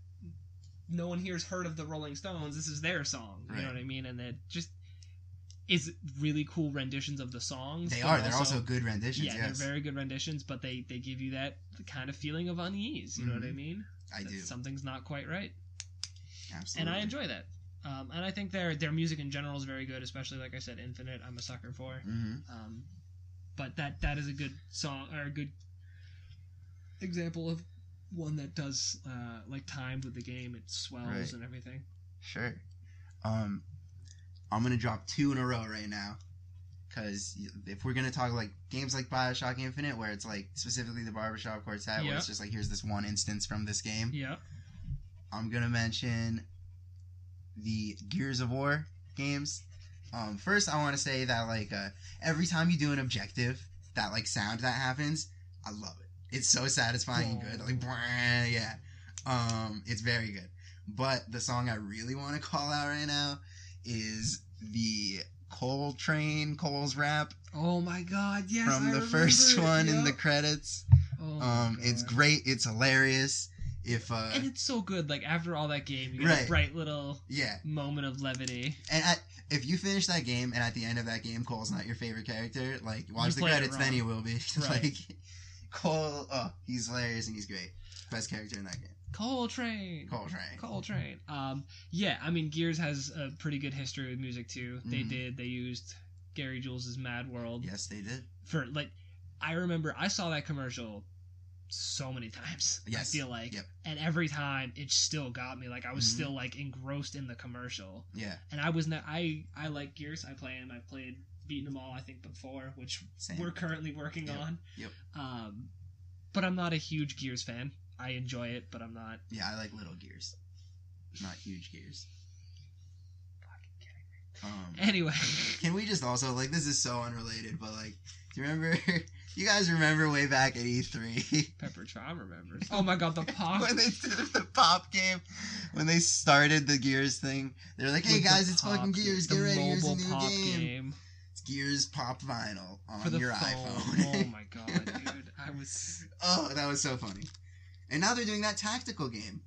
Speaker 3: No one here's heard of the Rolling Stones. This is their song. You
Speaker 1: Right.
Speaker 3: know what I mean? And it just is really cool renditions of the songs.
Speaker 1: they
Speaker 3: but
Speaker 1: are. They're also good renditions.
Speaker 3: yeah,
Speaker 1: yes,
Speaker 3: they're very good renditions, but they they give you that kind of feeling of unease. You know what I
Speaker 1: Mhm.
Speaker 3: mean?
Speaker 1: I
Speaker 3: That
Speaker 1: do.
Speaker 3: Something's not quite right, and
Speaker 1: Absolutely.
Speaker 3: I enjoy that. Um, and I think their their music in general is very good, especially like I said, Infinite. I'm a sucker for.
Speaker 1: hmm
Speaker 3: Um, but that that is a good song or a good example of one that does uh, like timed with the game. It swells
Speaker 1: Right.
Speaker 3: and everything.
Speaker 1: Sure. Um, I'm gonna drop two in a row right now, because if we're gonna talk like games like Bioshock Infinite, where it's like specifically the barbershop quartet, where
Speaker 3: Yep.
Speaker 1: it's just like here's this one instance from this game.
Speaker 3: Yep.
Speaker 1: I'm gonna mention the Gears of War games. Um, first, I want to say that like uh, every time you do an objective, that like sound that happens, I love it. It's so satisfying and good. Like, brrrr, yeah, um, it's very good. But the song I really want to call out right now is the Coal Train Cole's rap
Speaker 3: Oh my god! Yes,
Speaker 1: from
Speaker 3: I
Speaker 1: the
Speaker 3: remember
Speaker 1: first
Speaker 3: it,
Speaker 1: one in the
Speaker 3: yep.
Speaker 1: credits.
Speaker 3: Oh my
Speaker 1: Um, it's
Speaker 3: God.
Speaker 1: great. It's hilarious. If uh,
Speaker 3: and it's so good. Like after all that game, you get
Speaker 1: Right.
Speaker 3: a bright little
Speaker 1: yeah,
Speaker 3: moment of levity.
Speaker 1: And at, if you finish that game and at the end of that game Cole's not your favorite character, like watch the
Speaker 3: played it
Speaker 1: credits, then
Speaker 3: wrong.
Speaker 1: you will be.
Speaker 3: Right.
Speaker 1: like Cole, oh, he's hilarious and he's great. Best character in that game.
Speaker 3: Coltrane.
Speaker 1: Cole Train.
Speaker 3: Coltrane. Um, yeah, I mean, Gears has a pretty good history with music too. They
Speaker 1: Mhm.
Speaker 3: did. They used Gary Jules' Mad World
Speaker 1: Yes, they did.
Speaker 3: for like. I remember I saw that commercial so many times.
Speaker 1: Yes.
Speaker 3: I feel like,
Speaker 1: Yep.
Speaker 3: and every time it still got me. Like I was
Speaker 1: Mhm.
Speaker 3: still like engrossed in the commercial,
Speaker 1: Yeah,
Speaker 3: and I was not. I I like Gears. I play them. I played beaten them all. I think before, which
Speaker 1: same.
Speaker 3: we're currently working
Speaker 1: Yep.
Speaker 3: on.
Speaker 1: Yep.
Speaker 3: Um, but I'm not a huge Gears fan. I enjoy it, but I'm not.
Speaker 1: yeah, I like little gears, not huge gears. Um,
Speaker 3: Anyway,
Speaker 1: can we just also like this is so unrelated, but like, do you remember? You guys remember way back at E E3
Speaker 3: Pepper Chom remembers. Oh my god, the pop.
Speaker 1: when they did the pop game, when they started the Gears thing, they're like, "Hey
Speaker 3: with the
Speaker 1: guys, it's
Speaker 3: pop
Speaker 1: fucking
Speaker 3: game,
Speaker 1: Gears.
Speaker 3: the
Speaker 1: Get ready, here's a
Speaker 3: mobile
Speaker 1: new
Speaker 3: pop
Speaker 1: game. It's Gears Pop Vinyl
Speaker 3: for
Speaker 1: on
Speaker 3: the
Speaker 1: your
Speaker 3: phone. oh
Speaker 1: iPhone."
Speaker 3: my god, dude! I was.
Speaker 1: oh, that was so funny. And now they're doing that tactical game,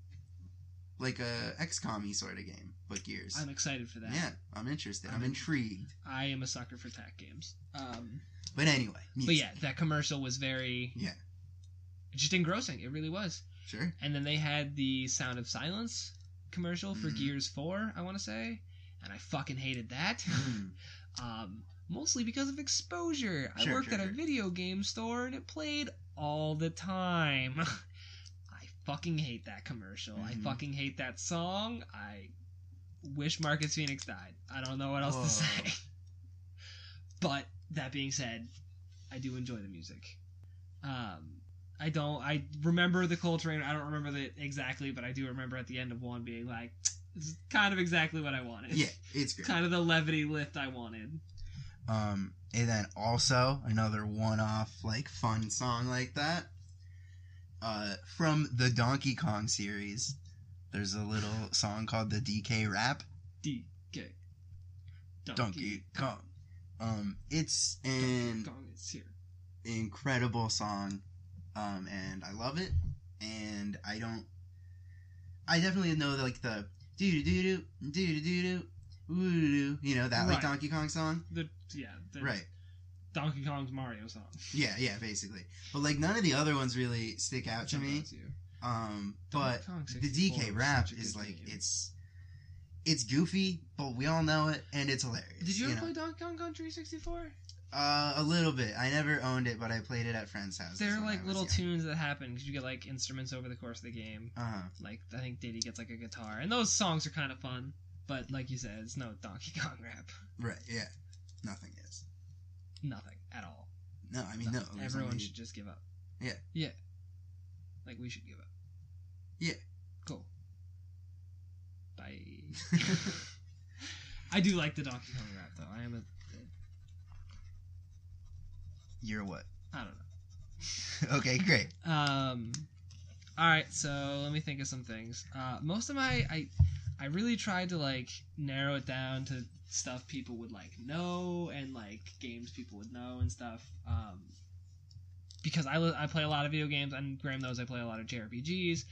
Speaker 1: like a XCOM sort of game, but Gears.
Speaker 3: I'm excited for that.
Speaker 1: yeah, I'm interested. I'm,
Speaker 3: I'm in-
Speaker 1: intrigued.
Speaker 3: I am a sucker for tech games. Um,
Speaker 1: But anyway,
Speaker 3: but
Speaker 1: music.
Speaker 3: yeah, that commercial was very
Speaker 1: yeah,
Speaker 3: just engrossing. It really was.
Speaker 1: sure.
Speaker 3: And then they had the Sound of Silence commercial for
Speaker 1: Mhm.
Speaker 3: Gears Four. I want to say, and I fucking hated that.
Speaker 1: Hmm,
Speaker 3: um, mostly because of exposure. I
Speaker 1: Sure,
Speaker 3: worked
Speaker 1: sure,
Speaker 3: at a
Speaker 1: sure.
Speaker 3: video game store and it played all the time. I fucking hate that commercial. I
Speaker 1: Mhm.
Speaker 3: fucking hate that song. I wish Marcus Phoenix died. I don't know what else
Speaker 1: Whoa.
Speaker 3: to say. but that being said, I do enjoy the music. Um, I don't. I remember the Coltrane. I don't remember the exactly, but I do remember at the end of one being like, "This is kind of exactly what I wanted."
Speaker 1: yeah, it's great.
Speaker 3: kind of the levity lift I wanted.
Speaker 1: Um, and then also another one-off like fun song like that. Uh, from the Donkey Kong series, there's a little song called the DK Rap.
Speaker 3: DK.
Speaker 1: Donkey Kong. Um, it's an
Speaker 3: Kong is here.
Speaker 1: incredible song, um, and I love it. And I don't, I definitely know like the doo doo doo doo doo doo doo doo, you know that like
Speaker 3: Right.
Speaker 1: Donkey Kong song,
Speaker 3: The yeah, the
Speaker 1: right?
Speaker 3: Donkey Kong's Mario song.
Speaker 1: Yeah, yeah, basically. But like none of the other ones really stick out to
Speaker 3: Jump
Speaker 1: me.
Speaker 3: out to you.
Speaker 1: Um,
Speaker 3: Donkey
Speaker 1: but
Speaker 3: Kong
Speaker 1: the
Speaker 3: 64
Speaker 1: DK
Speaker 3: was
Speaker 1: rap
Speaker 3: such a
Speaker 1: is
Speaker 3: good
Speaker 1: like
Speaker 3: game.
Speaker 1: it's it's goofy, but we all know it, and it's hilarious.
Speaker 3: Did you ever
Speaker 1: know?
Speaker 3: play Donkey Kong Country 64?
Speaker 1: Uh, a little bit. I never owned it, but I played it at friends' houses.
Speaker 3: There are
Speaker 1: when I
Speaker 3: like
Speaker 1: was
Speaker 3: little
Speaker 1: young.
Speaker 3: tunes that happen because you get like instruments over the course of the game.
Speaker 1: Uh-huh.
Speaker 3: Like I think Diddy gets like a guitar, and those songs are kind of fun. But like you said, it's no Donkey Kong rap.
Speaker 1: Right. Yeah. Nothing is.
Speaker 3: Nothing at all.
Speaker 1: No, I mean no.
Speaker 3: Nothing.
Speaker 1: it was
Speaker 3: Everyone
Speaker 1: only-
Speaker 3: should just give up.
Speaker 1: Yeah.
Speaker 3: Yeah. Like we should give up.
Speaker 1: Yeah.
Speaker 3: Cool. Bye. I do like the Donkey Kong rap though. I am a
Speaker 1: You're what?
Speaker 3: I don't know.
Speaker 1: okay, great.
Speaker 3: Um all right, so let me think of some things. Uh most of my I I really tried to like narrow it down to stuff people would like know and like games people would know and stuff. Um because I, li- I play a lot of video games and Graham knows I play a lot of JRPGs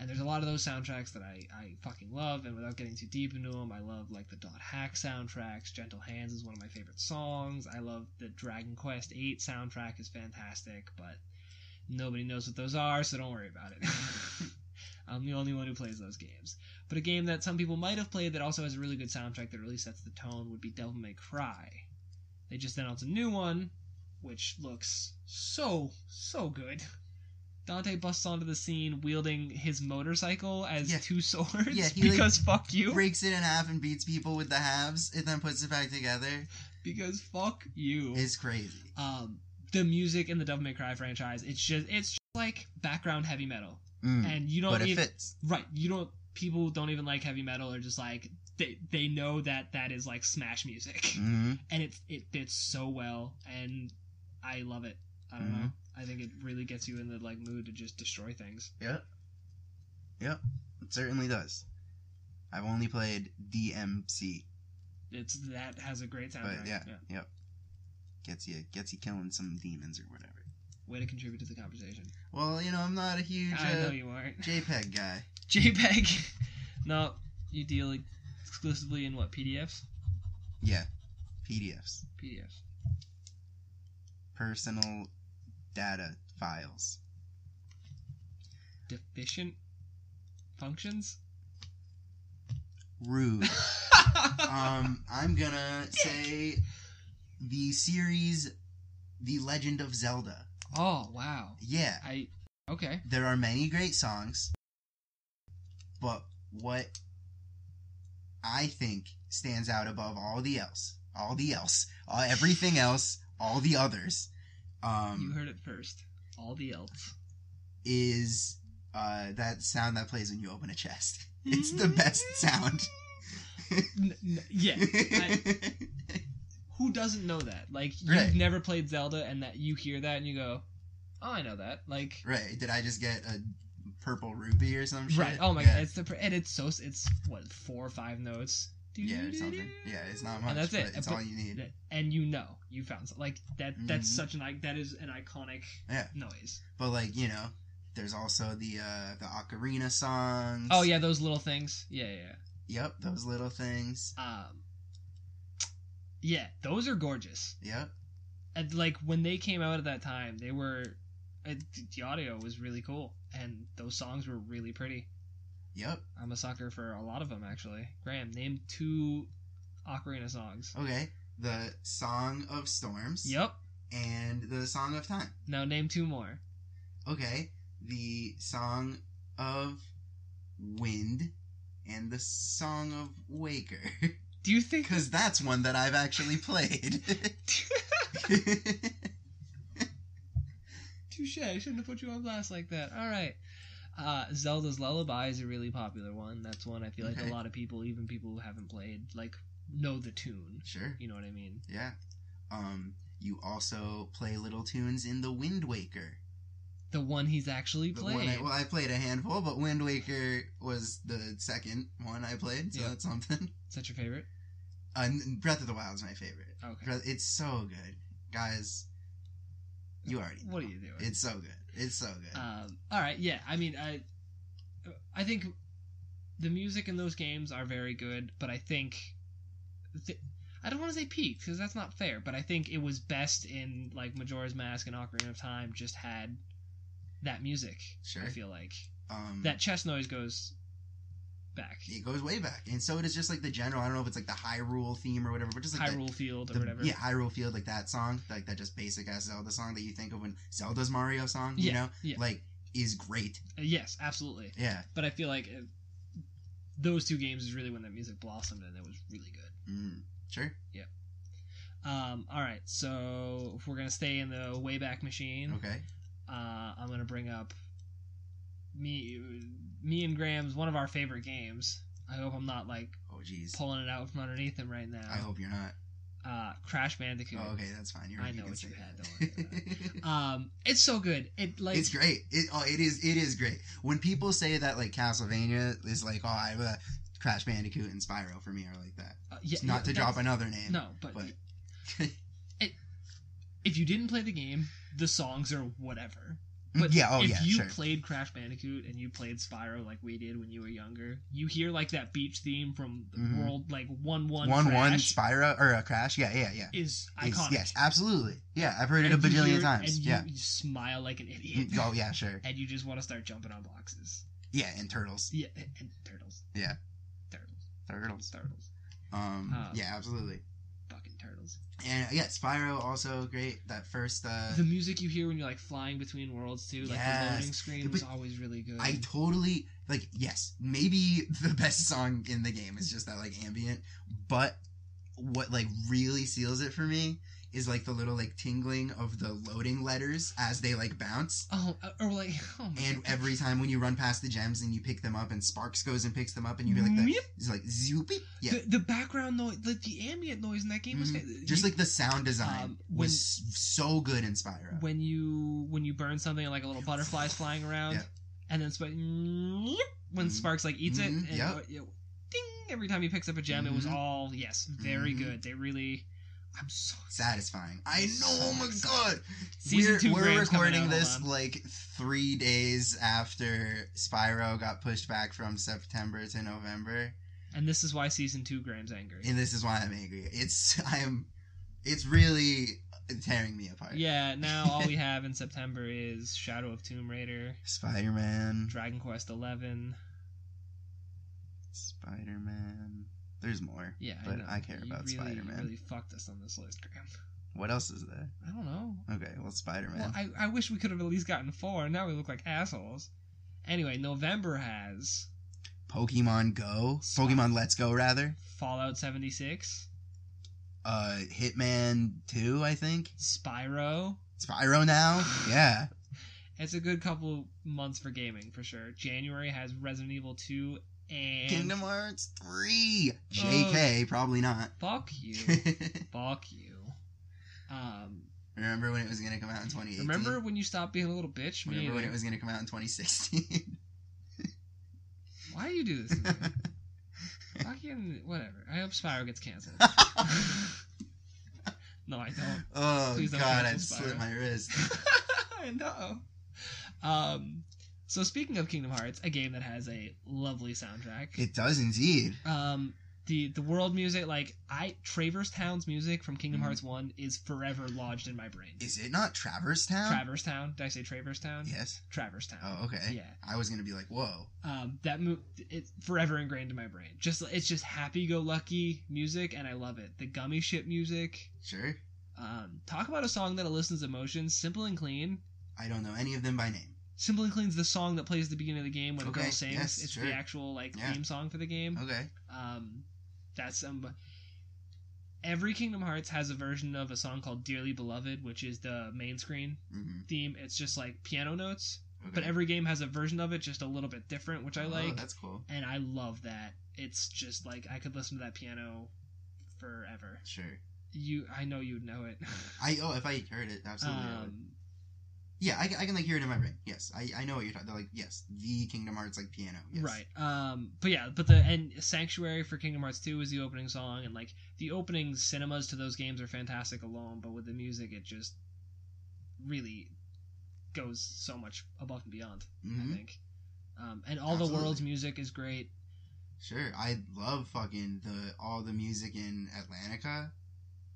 Speaker 3: and there's a lot of those soundtracks that I, I fucking love and without getting too deep into them I love like the Dot Hack soundtracks Gentle Hands is one of my favorite songs I love the Dragon Quest 8 soundtrack is fantastic but nobody knows what those are so don't worry about it I'm the only one who plays those games but a game that some people might have played that also has a really good soundtrack that really sets the tone would be Devil May Cry they just announced a new one which looks so so good. Dante busts onto the scene wielding his motorcycle as
Speaker 1: Yeah.
Speaker 3: two swords
Speaker 1: Yeah, he, like,
Speaker 3: because fuck you.
Speaker 1: breaks it in half and beats people with the halves and then puts it back together
Speaker 3: Because fuck you.
Speaker 1: is crazy.
Speaker 3: um, the music in the Devil May Cry franchise, it's just it's just like background heavy metal,
Speaker 1: Mm.
Speaker 3: and you don't
Speaker 1: but it
Speaker 3: even
Speaker 1: fits.
Speaker 3: right. You don't people don't even like heavy metal or just like they they know that that is like smash music,
Speaker 1: hmm
Speaker 3: and it it fits so well, and I love it. I don't
Speaker 1: Mm-hmm.
Speaker 3: know. I think it really gets you in the like mood to just destroy things.
Speaker 1: Yep. Yep. It certainly does. I've only played DMC.
Speaker 3: It's that has a great soundtrack.
Speaker 1: But yeah, yep. Gets you gets you killing some demons or whatever.
Speaker 3: Way to contribute to the conversation.
Speaker 1: Well, you know, I'm not a huge
Speaker 3: I know
Speaker 1: uh,
Speaker 3: you aren't.
Speaker 1: JPEG guy.
Speaker 3: JPEG. no, you deal exclusively in what PDFs?
Speaker 1: Yeah. PDFs.
Speaker 3: PDFs.
Speaker 1: Personal data files.
Speaker 3: deficient functions.
Speaker 1: Rude. um, I'm gonna say the series The Legend of Zelda.
Speaker 3: oh wow!
Speaker 1: Yeah,
Speaker 3: I okay.
Speaker 1: there are many great songs, but what I think stands out above all the else, all the else, all, everything else, all the others,
Speaker 3: You
Speaker 1: um,
Speaker 3: heard it first. All the else.
Speaker 1: is uh, that sound that plays when you open a chest. It's the best sound.
Speaker 3: N- n- yeah. I- who doesn't know that? Like you've
Speaker 1: Right.
Speaker 3: never played Zelda, and that you hear that and you go, "Oh, I know that." Like
Speaker 1: Right? Did I just get a purple rupee or some shit?
Speaker 3: right. Oh my
Speaker 1: Yeah.
Speaker 3: god! It's the pr- and it's so s- it's what four or five notes.
Speaker 1: Yeah, or something. Yeah, it's not much.
Speaker 3: that's it.
Speaker 1: But it's
Speaker 3: But-
Speaker 1: all you need.
Speaker 3: That- And you know you found something like that. That's
Speaker 1: Mhm.
Speaker 3: such an i- that is an iconic
Speaker 1: Yeah.
Speaker 3: noise.
Speaker 1: But like you know, there's also the uh the ocarina songs.
Speaker 3: Oh yeah, those little things. Yeah, yeah. yeah.
Speaker 1: Yep, those little things.
Speaker 3: Um, yeah, those are gorgeous.
Speaker 1: Yep.
Speaker 3: and like when they came out at that time, they were uh, th- the audio was really cool, and those songs were really pretty.
Speaker 1: Yep.
Speaker 3: I'm a sucker for a lot of them, actually. Graham, name two ocarina songs.
Speaker 1: Okay. The Song of Storms.
Speaker 3: Yep.
Speaker 1: And the Song of Time.
Speaker 3: Now name two more.
Speaker 1: Okay. The Song of Wind and the Song of Waker.
Speaker 3: Do you think?
Speaker 1: Because that's one that I've actually played.
Speaker 3: Touche. I shouldn't have put you on blast like that. All right. Uh, Zelda's Lullaby is a really popular one. That's one I feel like
Speaker 1: Okay.
Speaker 3: a lot of people, even people who haven't played, like know the tune.
Speaker 1: sure.
Speaker 3: You know what I mean?
Speaker 1: Yeah. Um, you also play little tunes in the Wind Waker.
Speaker 3: The one he's actually
Speaker 1: The
Speaker 3: played.
Speaker 1: one I, well, I played a handful, but Wind Waker was the second one I played, so
Speaker 3: Yeah.
Speaker 1: that's something.
Speaker 3: Is that your favorite?
Speaker 1: Uh, n- Breath of the Wild is my favorite.
Speaker 3: Okay.
Speaker 1: Breath, it's so good, guys. You already.
Speaker 3: What are you doing?
Speaker 1: It's so good. It's so good.
Speaker 3: Um, all right, yeah. I mean, I, I think the music in those games are very good, but I think, th- I don't want to say peak because that's not fair. But I think it was best in like Majora's Mask and Ocarina of Time just had that music.
Speaker 1: sure.
Speaker 3: I feel like
Speaker 1: Um,
Speaker 3: that chest noise goes back.
Speaker 1: it goes way back, and so it is just like the general. I don't know if it's like the Hyrule theme or whatever, but just like the-
Speaker 3: Hyrule Field or
Speaker 1: the,
Speaker 3: whatever.
Speaker 1: yeah Hyrule Field, like that song, like that just basic ass Zelda song that you think of when Zelda's Mario song, you
Speaker 3: Yeah,
Speaker 1: know,
Speaker 3: yeah.
Speaker 1: like is great.
Speaker 3: Uh, Yes, absolutely.
Speaker 1: Yeah.
Speaker 3: But I feel like uh those two games is really when that music blossomed and it was really good.
Speaker 1: Mm, sure.
Speaker 3: Um, all right, so if we're gonna stay in the Wayback Machine,
Speaker 1: Okay.
Speaker 3: uh, I'm gonna bring up me, me and Graham's one of our favorite games. I hope I'm not like
Speaker 1: Oh jeez.
Speaker 3: pulling it out from underneath him right now.
Speaker 1: I hope you're not.
Speaker 3: Uh, Crash Bandicoot.
Speaker 1: Oh, okay, that's fine. You're,
Speaker 3: I
Speaker 1: you
Speaker 3: know
Speaker 1: can
Speaker 3: what
Speaker 1: say
Speaker 3: you had,
Speaker 1: that.
Speaker 3: don't Um, it's so good. It like
Speaker 1: it's great. It oh, it is. It is great. When people say that like Castlevania is like, oh, I, uh, Crash Bandicoot and Spyro for me are like that.
Speaker 3: uh, yeah,
Speaker 1: It's not to
Speaker 3: yeah,
Speaker 1: drop
Speaker 3: that's-
Speaker 1: another name.
Speaker 3: No, but,
Speaker 1: but-
Speaker 3: it, if you didn't play the game, the songs are whatever. But
Speaker 1: yeah. Oh
Speaker 3: if
Speaker 1: yeah.
Speaker 3: you
Speaker 1: Sure.
Speaker 3: played Crash Bandicoot and you played Spyro like we did when you were younger, you hear like that beach theme from the
Speaker 1: Mhm.
Speaker 3: World like One One
Speaker 1: one one
Speaker 3: Crash
Speaker 1: Spyro or a Crash. Yeah. Yeah. Yeah.
Speaker 3: is
Speaker 1: It's-
Speaker 3: iconic.
Speaker 1: yes. Absolutely. Yeah. I've heard it
Speaker 3: And
Speaker 1: a
Speaker 3: you
Speaker 1: bajillion
Speaker 3: hear-
Speaker 1: times.
Speaker 3: And you,
Speaker 1: yeah.
Speaker 3: you smile like an idiot.
Speaker 1: Oh yeah. Sure.
Speaker 3: And you just want to start jumping on boxes.
Speaker 1: Yeah. And turtles.
Speaker 3: Yeah, and, and turtles.
Speaker 1: Yeah.
Speaker 3: Turtles.
Speaker 1: Turtles.
Speaker 3: Turtles.
Speaker 1: Um.
Speaker 3: Uh,
Speaker 1: yeah. Absolutely.
Speaker 3: Fucking turtles. Turtles.
Speaker 1: And uh, yeah, Spyro also great. That first, uh,
Speaker 3: the music you hear when you're like flying between worlds too, like the loading
Speaker 1: Yes.
Speaker 3: screen
Speaker 1: But
Speaker 3: was always really good.
Speaker 1: I totally like. Yes, maybe the best song in the game is just that like ambient, but what like really seals it for me is like the little like tingling of the loading letters as they like bounce.
Speaker 3: oh, or like oh my
Speaker 1: And
Speaker 3: God.
Speaker 1: every time when you run past the gems and you pick them up, and Sparks goes and picks them up, and you hear like the
Speaker 3: Meep.
Speaker 1: it's like zoopy, yeah,
Speaker 3: the, the background noise, like the ambient noise in that game was
Speaker 1: Mhm. just like the sound design
Speaker 3: Um, when-
Speaker 1: was so good in Spyro.
Speaker 3: when you when you burn something like a little butterfly's flying around
Speaker 1: Yeah.
Speaker 3: and then sp- when
Speaker 1: Mhm.
Speaker 3: sparks like eats it
Speaker 1: Mhm,
Speaker 3: and
Speaker 1: yep.
Speaker 3: uh, you know, ding every time he picks up a gem it was
Speaker 1: Mhm.
Speaker 3: all yes very
Speaker 1: Mhm.
Speaker 3: good they really i'm so
Speaker 1: satisfying. I know. Oh my
Speaker 3: Satisfying.
Speaker 1: god.
Speaker 3: Season
Speaker 1: we're
Speaker 3: two
Speaker 1: we're
Speaker 3: Graham's coming
Speaker 1: recording
Speaker 3: out,
Speaker 1: this
Speaker 3: hold on.
Speaker 1: like three days after Spyro got pushed back from September to November,
Speaker 3: and this is why season two graham's angry
Speaker 1: and this is why I'm angry. It's I am. It's really tearing me apart.
Speaker 3: yeah now all we have in september is shadow of tomb raider
Speaker 1: Spider Man.
Speaker 3: dragon quest 11
Speaker 1: Spider Man. There's more.
Speaker 3: yeah
Speaker 1: But
Speaker 3: know.
Speaker 1: I care
Speaker 3: You
Speaker 1: about
Speaker 3: really,
Speaker 1: Spider-Man.
Speaker 3: really fucked us on this list graham
Speaker 1: What else is there?
Speaker 3: i don't know
Speaker 1: Okay, well Spider Man.
Speaker 3: Well, I, I wish we could have at least gotten four. Now we look like assholes. Anyway, November has
Speaker 1: Pokemon Go.
Speaker 3: Sp-
Speaker 1: Pokemon Let's Go rather.
Speaker 3: Fallout 76,
Speaker 1: Uh, Hitman Two, I think.
Speaker 3: Spyro.
Speaker 1: Spyro now. Yeah.
Speaker 3: It's a good couple months for gaming for sure. January has Resident Evil 2 and
Speaker 1: Kingdom Hearts 3. JK, probably not.
Speaker 3: fuck you, fuck you. Um,
Speaker 1: Remember when it was going to come out in 2018?
Speaker 3: remember when you stopped being a little bitch?
Speaker 1: Remember
Speaker 3: Maybe.
Speaker 1: when it was going to come out in 2016?
Speaker 3: Why do you do this? to me? Fucking whatever. I hope Spyro gets canceled. no, I don't.
Speaker 1: oh,
Speaker 3: Please don't
Speaker 1: God, I
Speaker 3: cancel Spyro.
Speaker 1: slit my wrist.
Speaker 3: I know. Um, so speaking of Kingdom Hearts, a game that has a lovely soundtrack.
Speaker 1: It does indeed.
Speaker 3: um, the the world music, like I Traverse Town's music from Kingdom
Speaker 1: Mhm.
Speaker 3: Hearts One, is forever lodged in my brain.
Speaker 1: Is it not Traverse Town?
Speaker 3: Traverse Town? Did I say Traverse Town?
Speaker 1: Yes.
Speaker 3: Traverse Town.
Speaker 1: Oh, okay.
Speaker 3: Yeah,
Speaker 1: I was going to be like, whoa.
Speaker 3: um, that mo- it's forever ingrained in my brain. Just it's just happy-go-lucky music, and I love it. The gummy ship music.
Speaker 1: Sure.
Speaker 3: Um, talk about a song that elicits emotions, simple and clean.
Speaker 1: I don't know any of them by name.
Speaker 3: Simple and Clean's the song that plays at the beginning of the game when the
Speaker 1: Okay,
Speaker 3: girl sings.
Speaker 1: yes,
Speaker 3: it's
Speaker 1: sure.
Speaker 3: the actual like
Speaker 1: Yeah.
Speaker 3: theme song for the game.
Speaker 1: Okay.
Speaker 3: Um, that's um. Every Kingdom Hearts has a version of a song called "Dearly Beloved," which is the main screen
Speaker 1: Mhm.
Speaker 3: theme. It's just like piano notes,
Speaker 1: okay.
Speaker 3: but every game has a version of it just a little bit different, which I
Speaker 1: Oh,
Speaker 3: like,
Speaker 1: that's cool.
Speaker 3: and I love that. It's just like I could listen to that piano forever.
Speaker 1: Sure.
Speaker 3: You, I know you'd know it.
Speaker 1: I Oh, if I heard it, absolutely. I would.
Speaker 3: um,
Speaker 1: Yeah, I, I can like hear it in my brain. Yes, I, I know what you're talking. Like yes, the Kingdom Hearts like piano. Yes.
Speaker 3: Right. Um but yeah, but the and Sanctuary for Kingdom Hearts 2 is the opening song and like the opening cinemas to those games are fantastic alone, but with the music it just really goes so much above and beyond,
Speaker 1: Mhm.
Speaker 3: I think. Um and all the
Speaker 1: Absolutely.
Speaker 3: world's music is great.
Speaker 1: Sure. I love fucking the all the music in Atlantica.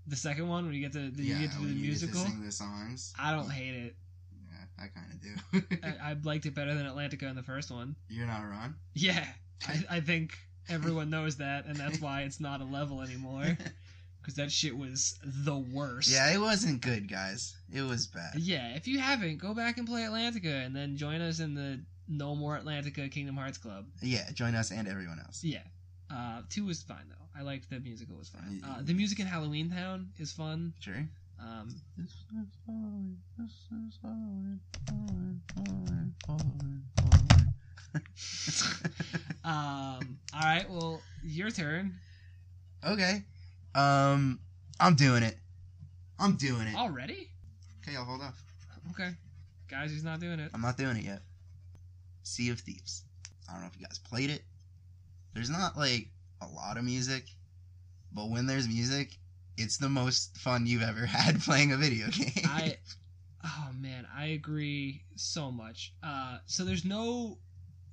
Speaker 3: The second one when you get to the, you get to do
Speaker 1: when
Speaker 3: the
Speaker 1: you get to
Speaker 3: musical,
Speaker 1: sing the songs.
Speaker 3: I don't hate it.
Speaker 1: Yeah, I kind of do.
Speaker 3: I, I liked it better than Atlantica in the first one.
Speaker 1: you're not wrong.
Speaker 3: Yeah. I, I think everyone knows that and that's why it's not a level anymore because that shit was the worst.
Speaker 1: yeah, it wasn't good, guys. It was bad.
Speaker 3: Yeah, if you haven't, go back and play Atlantica and then join us in the No More Atlantica Kingdom Hearts Club.
Speaker 1: Yeah, join us and everyone else.
Speaker 3: Yeah. Uh, two was fine though. I liked the musical was fine.
Speaker 1: Yeah.
Speaker 3: Uh, the music in Halloween Town is fun.
Speaker 1: Sure.
Speaker 3: Um,
Speaker 1: This is falling, this is falling, falling, falling, falling, falling.
Speaker 3: um, all right, well, your turn
Speaker 1: okay. Um, I'm doing it. I'm doing it.
Speaker 3: already.
Speaker 1: Okay, I'll hold off.
Speaker 3: Okay, guys, he's not doing it.
Speaker 1: I'm not doing it yet. Sea of Thieves. I don't know if you guys played it. There's not like a lot of music, but when there's music, it's the most fun you've ever had playing a video game.
Speaker 3: I, oh man, I agree so much. Uh, so there's no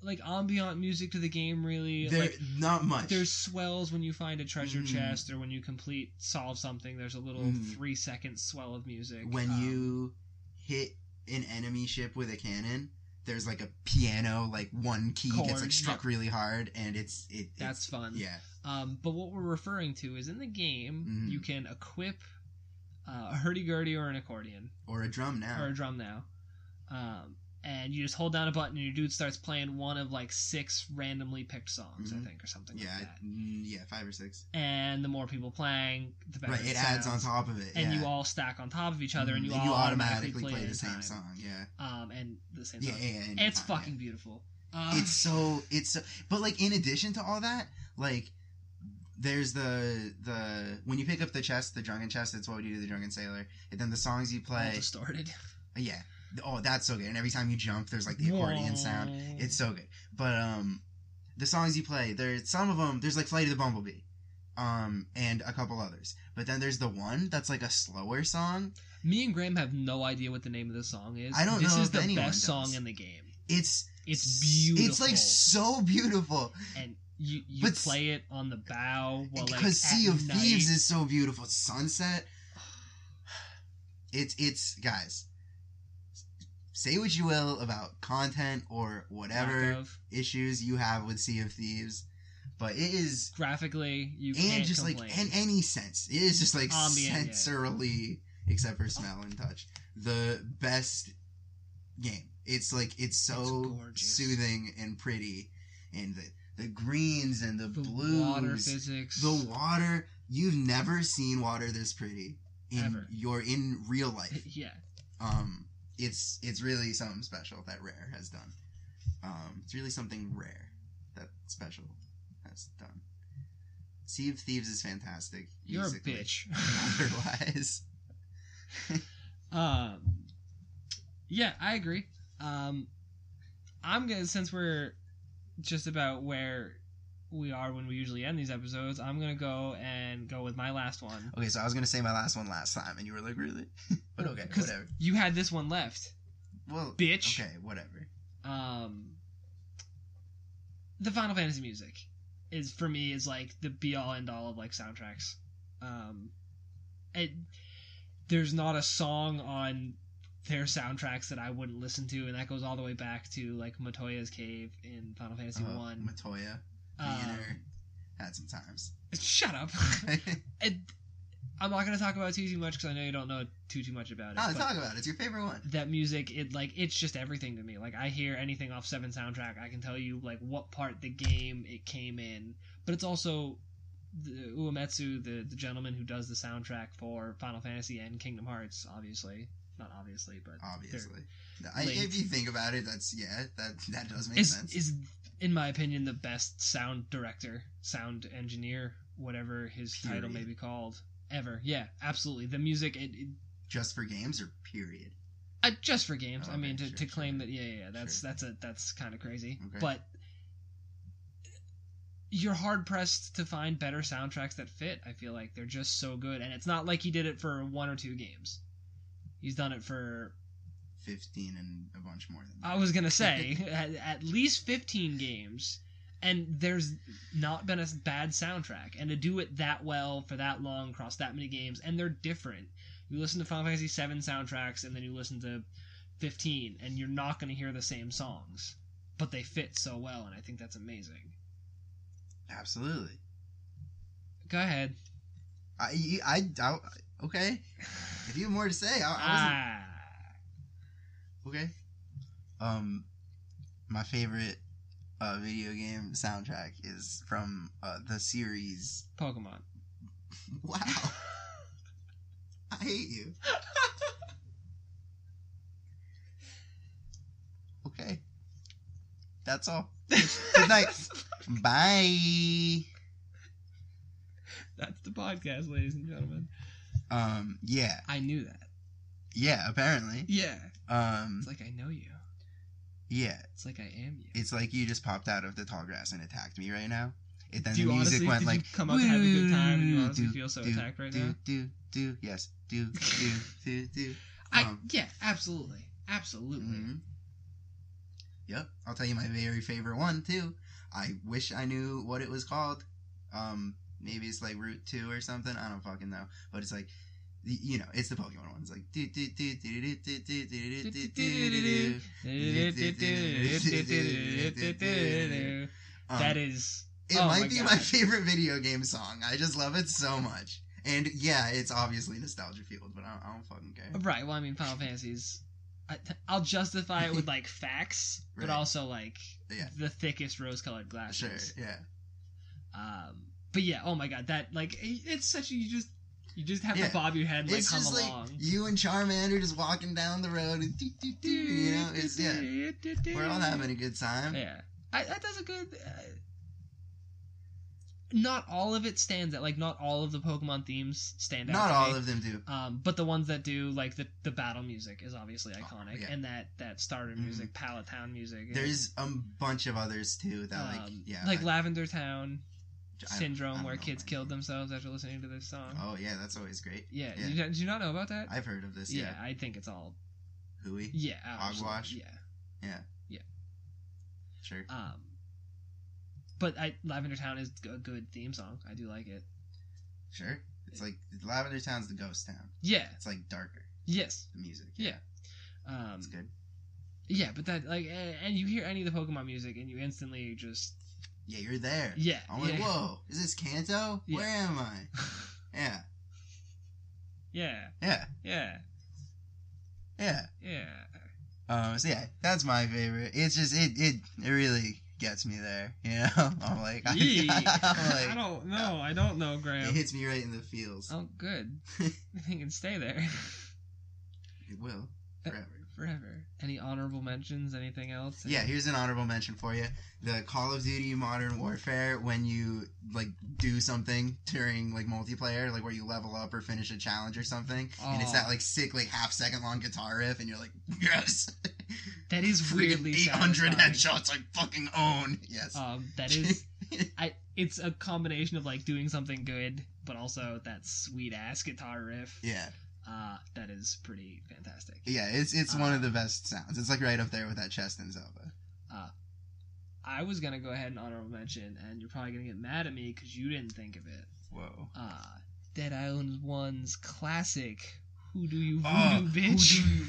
Speaker 3: like ambient music to the game really.
Speaker 1: there,
Speaker 3: like,
Speaker 1: not much.
Speaker 3: There's swells when you find a treasure
Speaker 1: Mm.
Speaker 3: chest or when you complete solve something. There's a little
Speaker 1: Mm.
Speaker 3: three second swell of music.
Speaker 1: when
Speaker 3: Um,
Speaker 1: you hit an enemy ship with a cannon, there's like a piano, like one key gets
Speaker 3: Chord,
Speaker 1: like struck really hard, and it's it. it's-
Speaker 3: That's fun.
Speaker 1: yeah.
Speaker 3: Um, but what we're referring to is in the game,
Speaker 1: Mhm.
Speaker 3: you can equip uh, a hurdy-gurdy or an accordion
Speaker 1: Or a drum now.
Speaker 3: or a drum now. Um, and you just hold down a button and your dude starts playing one of like six randomly picked songs,
Speaker 1: Mhm.
Speaker 3: I think, or something
Speaker 1: yeah,
Speaker 3: like
Speaker 1: I-
Speaker 3: that.
Speaker 1: mm, yeah, five or six.
Speaker 3: And the more people playing, the better.
Speaker 1: Right, it adds on
Speaker 3: sounds.
Speaker 1: top of it.
Speaker 3: And
Speaker 1: yeah.
Speaker 3: you all stack on top of each other, and
Speaker 1: Mm,
Speaker 3: you all automatically, play,
Speaker 1: play
Speaker 3: at
Speaker 1: the
Speaker 3: a
Speaker 1: same
Speaker 3: time.
Speaker 1: song. Yeah,
Speaker 3: Um, and the same
Speaker 1: yeah,
Speaker 3: song.
Speaker 1: yeah. yeah,
Speaker 3: It's
Speaker 1: yeah.
Speaker 3: fucking beautiful. Um,
Speaker 1: It's so it's so, but like in addition to all that, like there's the the when you pick up the chest, the drunken chest. That's what we do to the drunken sailor. And then the songs you
Speaker 3: all
Speaker 1: play.
Speaker 3: distorted.
Speaker 1: Yeah. Oh, that's so good. And every time you jump, there's like the accordion sound. It's so good. But um, the songs you play, there's some of them. There's like "Flight of the Bumblebee," um, and a couple others. But then there's the one that's like a slower song.
Speaker 3: Me and Graham have no idea what the name of this song is.
Speaker 1: I don't
Speaker 3: This
Speaker 1: know
Speaker 3: is
Speaker 1: if
Speaker 3: the
Speaker 1: anyone
Speaker 3: best
Speaker 1: does.
Speaker 3: song in the game.
Speaker 1: It's
Speaker 3: It's
Speaker 1: s-
Speaker 3: beautiful.
Speaker 1: It's like so beautiful
Speaker 3: and you you
Speaker 1: but s-
Speaker 3: play it on the bow while
Speaker 1: because
Speaker 3: like
Speaker 1: Sea
Speaker 3: at
Speaker 1: of
Speaker 3: night.
Speaker 1: Thieves is so beautiful. Sunset. It's it's guys. Say what you will about content or
Speaker 3: lack
Speaker 1: whatever
Speaker 3: of.
Speaker 1: issues you have with Sea of Thieves, but it is
Speaker 3: graphically you
Speaker 1: and
Speaker 3: can't
Speaker 1: just
Speaker 3: complain.
Speaker 1: like in any sense it is just like
Speaker 3: Ambient, yeah.
Speaker 1: sensorily except for smell and touch the best game it's like it's
Speaker 3: It's
Speaker 1: so
Speaker 3: gorgeous.
Speaker 1: soothing and pretty and the, the greens and the,
Speaker 3: the
Speaker 1: blues
Speaker 3: water physics.
Speaker 1: the water you've never seen water this pretty in
Speaker 3: Ever.
Speaker 1: your in real life
Speaker 3: yeah,
Speaker 1: um it's it's really something special that rare has done um it's really something rare that special has done sea of thieves is fantastic
Speaker 3: you're a
Speaker 1: musically.
Speaker 3: bitch.
Speaker 1: otherwise
Speaker 3: um, yeah, I agree. Um, I'm gonna since we're just about where we are when we usually end these episodes, I'm gonna go and go with my last one.
Speaker 1: okay so i was gonna say my last one last time and you were like really but okay
Speaker 3: 'Cause-
Speaker 1: whatever
Speaker 3: You had this one left,
Speaker 1: well
Speaker 3: bitch.
Speaker 1: okay whatever
Speaker 3: um the final fantasy music is for me is like the be all end all of like soundtracks um it there's not a song on their soundtracks that i wouldn't listen to and that goes all the way back to like matoya's cave in final fantasy
Speaker 1: Uh,
Speaker 3: one
Speaker 1: matoya
Speaker 3: Um,
Speaker 1: Leader, had some times
Speaker 3: shut up
Speaker 1: oh
Speaker 3: it, i'm not going to talk about it too, too much because i know you don't know too too much about it but-
Speaker 1: talk about it Oh, it's your favorite one
Speaker 3: that music it like it's just everything to me like i hear anything off seven soundtrack i can tell you like what part of the game it came in but it's also the uematsu the, the gentleman who does the soundtrack for final fantasy and kingdom hearts obviously not obviously but
Speaker 1: obviously I,
Speaker 3: linked.
Speaker 1: if you think about it that's yeah that that does make
Speaker 3: is,
Speaker 1: sense
Speaker 3: is in my opinion the best sound director sound engineer whatever his title may
Speaker 1: Period.
Speaker 3: be called ever yeah absolutely the music it, it
Speaker 1: just for games or period
Speaker 3: Uh, just for games.
Speaker 1: Oh,
Speaker 3: I mean,
Speaker 1: okay,
Speaker 3: to,
Speaker 1: sure,
Speaker 3: to
Speaker 1: sure.
Speaker 3: claim that, yeah, yeah, yeah, that's
Speaker 1: Sure.
Speaker 3: that's a that's kind of crazy.
Speaker 1: Okay.
Speaker 3: But you're hard pressed to find better soundtracks that fit. I feel like they're just so good, and it's not like he did it for one or two games. He's done it for
Speaker 1: 15 and a bunch more than that.
Speaker 3: I was gonna say at, at least fifteen games, and there's not been a s- bad soundtrack. And to do it that well for that long across that many games, and they're different. You listen to Final Fantasy VII soundtracks, and then you listen to fifteen, and you're not gonna hear the same songs, but they fit so well, and I think that's amazing.
Speaker 1: Absolutely.
Speaker 3: Go ahead.
Speaker 1: I, you- I, I, okay. If you have more to say, I, I
Speaker 3: Ah,
Speaker 1: was okay. Um, my favorite uh, video game soundtrack is from uh, the series.
Speaker 3: Pokemon.
Speaker 1: Wow. I hate you. Okay. That's all. Good night. Bye.
Speaker 3: That's the podcast, ladies and gentlemen.
Speaker 1: Um, yeah.
Speaker 3: I knew that.
Speaker 1: Yeah, apparently.
Speaker 3: Yeah.
Speaker 1: Um,
Speaker 3: It's like I know you.
Speaker 1: yeah.
Speaker 3: It's like I am you.
Speaker 1: It's like you just popped out of the tall grass and attacked me right now. It then
Speaker 3: do you
Speaker 1: the music
Speaker 3: honestly
Speaker 1: went
Speaker 3: did
Speaker 1: like
Speaker 3: you come up and have a good time and you
Speaker 1: "Woo,
Speaker 3: honestly
Speaker 1: do,
Speaker 3: feel so
Speaker 1: do,
Speaker 3: attacked right
Speaker 1: do,
Speaker 3: now?
Speaker 1: Do do yes do do do do.
Speaker 3: I
Speaker 1: Um,
Speaker 3: yeah, absolutely, absolutely.
Speaker 1: mhm. Yep, I'll tell you my very favorite one too. I wish I knew what it was called. Um, maybe it's like Route Two or something. I don't fucking know. But it's like y- you know, it's the Pokemon ones. Like do do do do do do do do do do do do. Um,
Speaker 3: That is
Speaker 1: It
Speaker 3: Oh my
Speaker 1: might be my
Speaker 3: God.
Speaker 1: favorite video game song. I just love it so much. And yeah, it's obviously nostalgia fueled, but I don't, I don't fucking care.
Speaker 3: right. Well, I mean, Final Fantasy's. I, I'll justify it with like facts, but
Speaker 1: Right.
Speaker 3: also like
Speaker 1: Yeah.
Speaker 3: the thickest rose-colored
Speaker 1: Sure,
Speaker 3: glasses.
Speaker 1: yeah.
Speaker 3: Um, but yeah, oh my god, that like it- it's such a, you just you just have
Speaker 1: Yeah.
Speaker 3: to bob your head and like
Speaker 1: it's
Speaker 3: hum
Speaker 1: just
Speaker 3: along.
Speaker 1: like you and Charmander just walking down the road and do, do, do, you know, it's yeah. We're all having a good time.
Speaker 3: Yeah, I, that does a good. Uh, not all of it stands out. Like not all of the Pokemon themes stand out.
Speaker 1: Not
Speaker 3: to
Speaker 1: all
Speaker 3: me.
Speaker 1: of them do.
Speaker 3: Um, but the ones that do, like the, the battle music, is obviously iconic,
Speaker 1: Oh, yeah. Mm-hmm.
Speaker 3: and that that starter music, Pallet Town music, and,
Speaker 1: There's a bunch of others too that like
Speaker 3: um,
Speaker 1: yeah.
Speaker 3: like
Speaker 1: I-
Speaker 3: Lavender Town
Speaker 1: I- I
Speaker 3: syndrome,
Speaker 1: don't
Speaker 3: where
Speaker 1: know
Speaker 3: kids
Speaker 1: my
Speaker 3: killed
Speaker 1: name.
Speaker 3: themselves after listening to this song.
Speaker 1: Oh yeah, that's always great.
Speaker 3: yeah,
Speaker 1: yeah.
Speaker 3: You, did you not know about that?
Speaker 1: I've heard of this.
Speaker 3: yeah,
Speaker 1: Yeah,
Speaker 3: I think it's all
Speaker 1: Hooey.
Speaker 3: yeah, absolutely,
Speaker 1: Hogwash.
Speaker 3: Yeah,
Speaker 1: Sure.
Speaker 3: um, but I Lavender Town is a good theme song. I do like it.
Speaker 1: Sure. It's like Lavender Town's the ghost town.
Speaker 3: Yeah.
Speaker 1: It's like darker
Speaker 3: Yes.
Speaker 1: the music.
Speaker 3: Yeah. Um,
Speaker 1: it's good.
Speaker 3: yeah, but that like, and, and you hear any of the Pokemon music, and you instantly just
Speaker 1: Yeah, you're there.
Speaker 3: yeah.
Speaker 1: I'm like,
Speaker 3: yeah.
Speaker 1: whoa, is this Kanto?
Speaker 3: Yeah.
Speaker 1: Where am I? Yeah,
Speaker 3: yeah,
Speaker 1: yeah,
Speaker 3: yeah,
Speaker 1: yeah.
Speaker 3: yeah.
Speaker 1: Um, so yeah, that's my favorite. It's just it it it really gets me there. You know, I'm like, I,
Speaker 3: Yee. I
Speaker 1: am like
Speaker 3: don't know. I don't know,
Speaker 1: it
Speaker 3: Graham.
Speaker 1: hits me right in the feels.
Speaker 3: Oh, good. I think it can stay there
Speaker 1: It will forever.
Speaker 3: forever. Any honorable mentions? Anything else?
Speaker 1: Yeah, here's an honorable mention for you: the Call of Duty Modern Warfare. When you like do something during like multiplayer, like where you level up or finish a challenge or something, and it's
Speaker 3: Aw.
Speaker 1: that like sick, like half second long guitar riff, and you're like, yes,
Speaker 3: that is weirdly
Speaker 1: eight hundred
Speaker 3: satisfying.
Speaker 1: headshots I fucking own. Yes,
Speaker 3: Um, that is. I. It's a combination of like doing something good, but also that sweet ass guitar riff.
Speaker 1: yeah,
Speaker 3: Uh, that is pretty fantastic.
Speaker 1: yeah. It's it's one of the best sounds. It's like right up there with that Cheston Zelda.
Speaker 3: I was gonna go ahead and honorable mention, and you're probably gonna get mad at me because you didn't think of it.
Speaker 1: Whoa.
Speaker 3: Uh, Dead Island One's classic. Who do you voodoo,
Speaker 1: Oh,
Speaker 3: bitch?
Speaker 1: Voodoo, you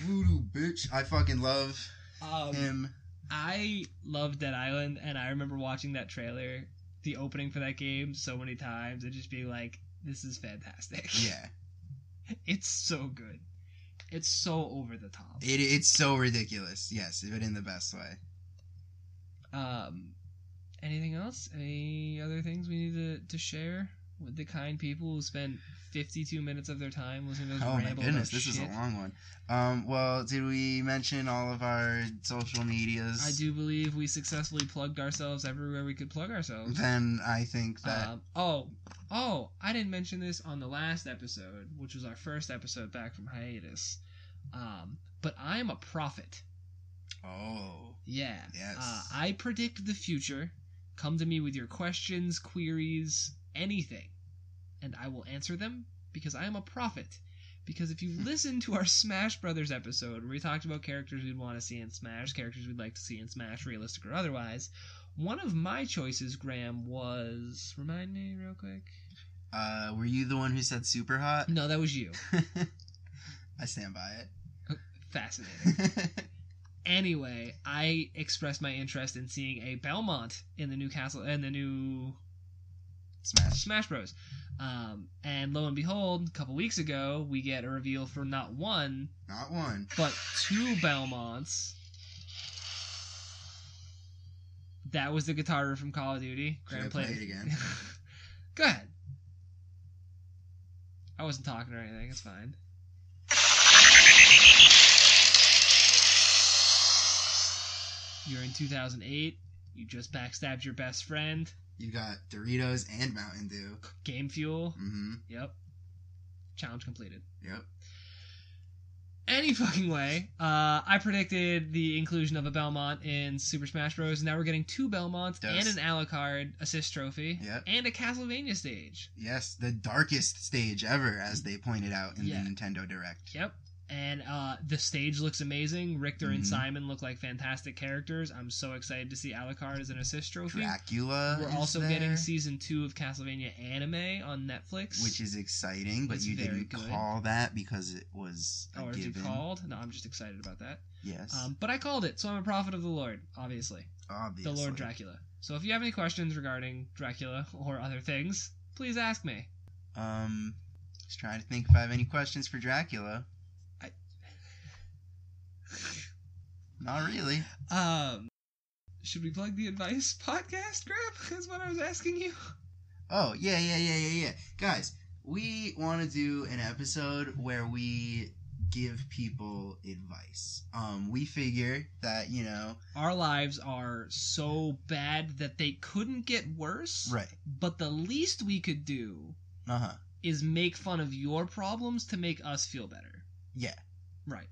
Speaker 1: voodoo bitch. I fucking love
Speaker 3: Um,
Speaker 1: him.
Speaker 3: I love Dead Island, and I remember watching that trailer, the opening for that game, so many times, and just being like, "This is fantastic."
Speaker 1: Yeah.
Speaker 3: it's so good. It's so over the top.
Speaker 1: It, it's so ridiculous. Yes, but in the best way.
Speaker 3: Um, anything else? Any other things we need to, to share with the kind people who spent 52 minutes of their time listening to us
Speaker 1: Oh my
Speaker 3: ramble
Speaker 1: goodness,
Speaker 3: about
Speaker 1: this is a
Speaker 3: shit?
Speaker 1: long one. Um, well, did we mention all of our social medias?
Speaker 3: I do believe we successfully plugged ourselves everywhere we could plug ourselves.
Speaker 1: Then I think that
Speaker 3: Um, oh, oh, I didn't mention this on the last episode, which was our first episode back from hiatus. Um, but I'm a prophet.
Speaker 1: oh
Speaker 3: Yeah.
Speaker 1: Yes.
Speaker 3: Uh, I predict the future. Come to me with your questions, queries, anything, and I will answer them because I am a prophet. Because if you listen to our Smash Brothers episode where we talked about characters we'd want to see in Smash, characters we'd like to see in Smash, realistic or otherwise, one of my choices, Graham, was remind me real quick.
Speaker 1: uh, were you the one who said super hot?
Speaker 3: No, that was you.
Speaker 1: I stand by
Speaker 3: Fascinating.
Speaker 1: it.
Speaker 3: anyway, I expressed my interest in seeing a Belmont in the new castle and the new
Speaker 1: Smash.
Speaker 3: Smash Bros. Um, and lo and behold, a couple weeks ago, we get a reveal for not one
Speaker 1: Not one.
Speaker 3: but two Belmonts. That was the guitar riff from Call of Duty.
Speaker 1: Should I
Speaker 3: Graham
Speaker 1: play
Speaker 3: played
Speaker 1: it again?
Speaker 3: Go ahead. I wasn't talking or anything. It's fine. You're in 2008. You just backstabbed your best friend.
Speaker 1: You got Doritos and Mountain Dew.
Speaker 3: Game fuel.
Speaker 1: Mm-hmm.
Speaker 3: Yep. Challenge completed.
Speaker 1: Yep.
Speaker 3: Any fucking way, uh, I predicted the inclusion of a Belmont in Super Smash Bros. And now we're getting two Belmonts
Speaker 1: Yes.
Speaker 3: and an Alucard assist trophy
Speaker 1: Yep.
Speaker 3: and a Castlevania stage.
Speaker 1: Yes, the darkest stage ever, as they pointed out in
Speaker 3: Yeah.
Speaker 1: the Nintendo Direct.
Speaker 3: Yep. and uh, the stage looks amazing. Richter and
Speaker 1: Mhm.
Speaker 3: Simon look like fantastic characters. I'm so excited to see Alucard as an assist trophy.
Speaker 1: Dracula.
Speaker 3: We're
Speaker 1: is
Speaker 3: also
Speaker 1: there,
Speaker 3: getting season two of Castlevania anime on Netflix.
Speaker 1: which is exciting, but
Speaker 3: It's
Speaker 1: you
Speaker 3: very
Speaker 1: didn't
Speaker 3: good.
Speaker 1: call that because it was a
Speaker 3: or if you
Speaker 1: given.
Speaker 3: called, no, I'm just excited about that.
Speaker 1: yes,
Speaker 3: Um, but I called it, so I'm a prophet of the Lord, obviously.
Speaker 1: obviously.
Speaker 3: The Lord Dracula. So if you have any questions regarding Dracula or other things, please ask me.
Speaker 1: Um, just trying to think if I have any questions for Dracula.
Speaker 3: I-
Speaker 1: Not really.
Speaker 3: Um, should we plug the advice podcast, Grip? Is what I was asking you.
Speaker 1: Oh yeah, yeah, yeah, yeah, yeah. Guys, we want to do an episode where we give people advice. Um, we figure that you know,
Speaker 3: Our lives are so bad that they couldn't get worse.
Speaker 1: right?
Speaker 3: But the least we could do
Speaker 1: Uh huh.
Speaker 3: is make fun of your problems to make us feel better.
Speaker 1: Yeah,
Speaker 3: Right.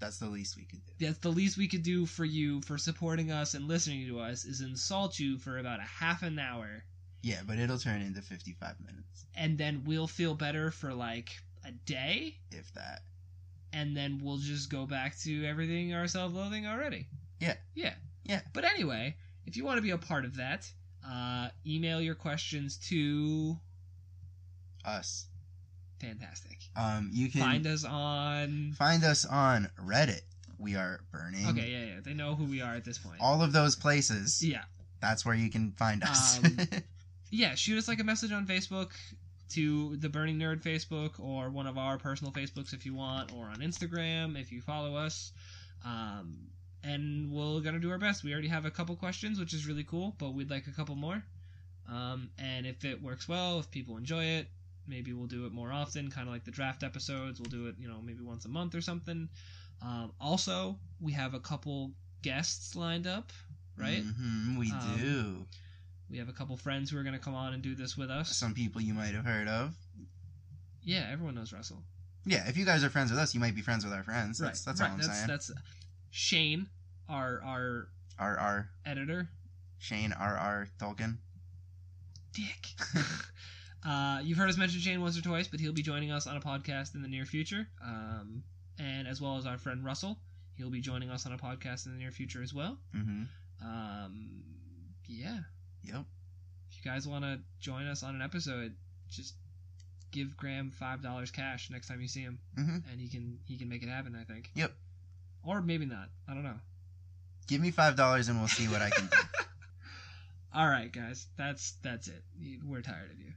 Speaker 1: that's the least we could do.
Speaker 3: That's the least we could do for you for supporting us and listening to us is insult you for about a half an hour
Speaker 1: Yeah, but it'll turn into fifty-five minutes,
Speaker 3: and then we'll feel better for like a day
Speaker 1: if that.
Speaker 3: and then we'll just go back to everything our self-loathing already.
Speaker 1: Yeah.
Speaker 3: Yeah.
Speaker 1: Yeah.
Speaker 3: But anyway, if you want to be a part of that, uh, email your questions to
Speaker 1: Us.
Speaker 3: fantastic.
Speaker 1: Um, you can
Speaker 3: Find us on.
Speaker 1: find us on Reddit. We are burning.
Speaker 3: Okay, yeah, yeah. They know who we are at this point.
Speaker 1: All of those places.
Speaker 3: Yeah.
Speaker 1: That's where you can find us.
Speaker 3: Um, Yeah, shoot us like a message on Facebook to the Burning Nerd Facebook or one of our personal Facebooks if you want, or on Instagram if you follow us. Um, and we're going to do our best. We already have a couple questions, which is really cool, but we'd like a couple more. Um, and if it works well, if people enjoy it, maybe we'll do it more often, kind of like the draft episodes. We'll do it, you know, maybe once a month or something. Um, also, we have a couple guests lined up, right?
Speaker 1: Mhm, we
Speaker 3: Um,
Speaker 1: do.
Speaker 3: We have a couple friends who are going to come on and do this with us.
Speaker 1: Some people you might have heard of.
Speaker 3: Yeah, everyone knows Russell.
Speaker 1: Yeah, if you guys are friends with us, you might be friends with our friends. That's that's
Speaker 3: right.
Speaker 1: all I'm
Speaker 3: that's,
Speaker 1: saying.
Speaker 3: That's Shane, our our
Speaker 1: R R
Speaker 3: editor,
Speaker 1: Shane R R Tolkien.
Speaker 3: Dick. uh, you've heard us mention Shane once or twice, but he'll be joining us on a podcast in the near future. Um, and as well as our friend Russell, he'll be joining us on a podcast in the near future as well.
Speaker 1: Mm-hmm.
Speaker 3: Um, yeah,
Speaker 1: Yep.
Speaker 3: if you guys want to join us on an episode, just give Graham five dollars cash next time you see him,
Speaker 1: Mhm.
Speaker 3: and he can he can make it happen. I think.
Speaker 1: Yep.
Speaker 3: Or maybe not. I don't know.
Speaker 1: Give me five dollars and we'll see what I can do.
Speaker 3: All right, guys, that's that's it. We're tired of you.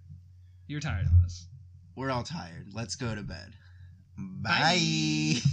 Speaker 3: You're tired of us.
Speaker 1: We're all tired. Let's go to bed.
Speaker 3: Bye.
Speaker 1: Bye.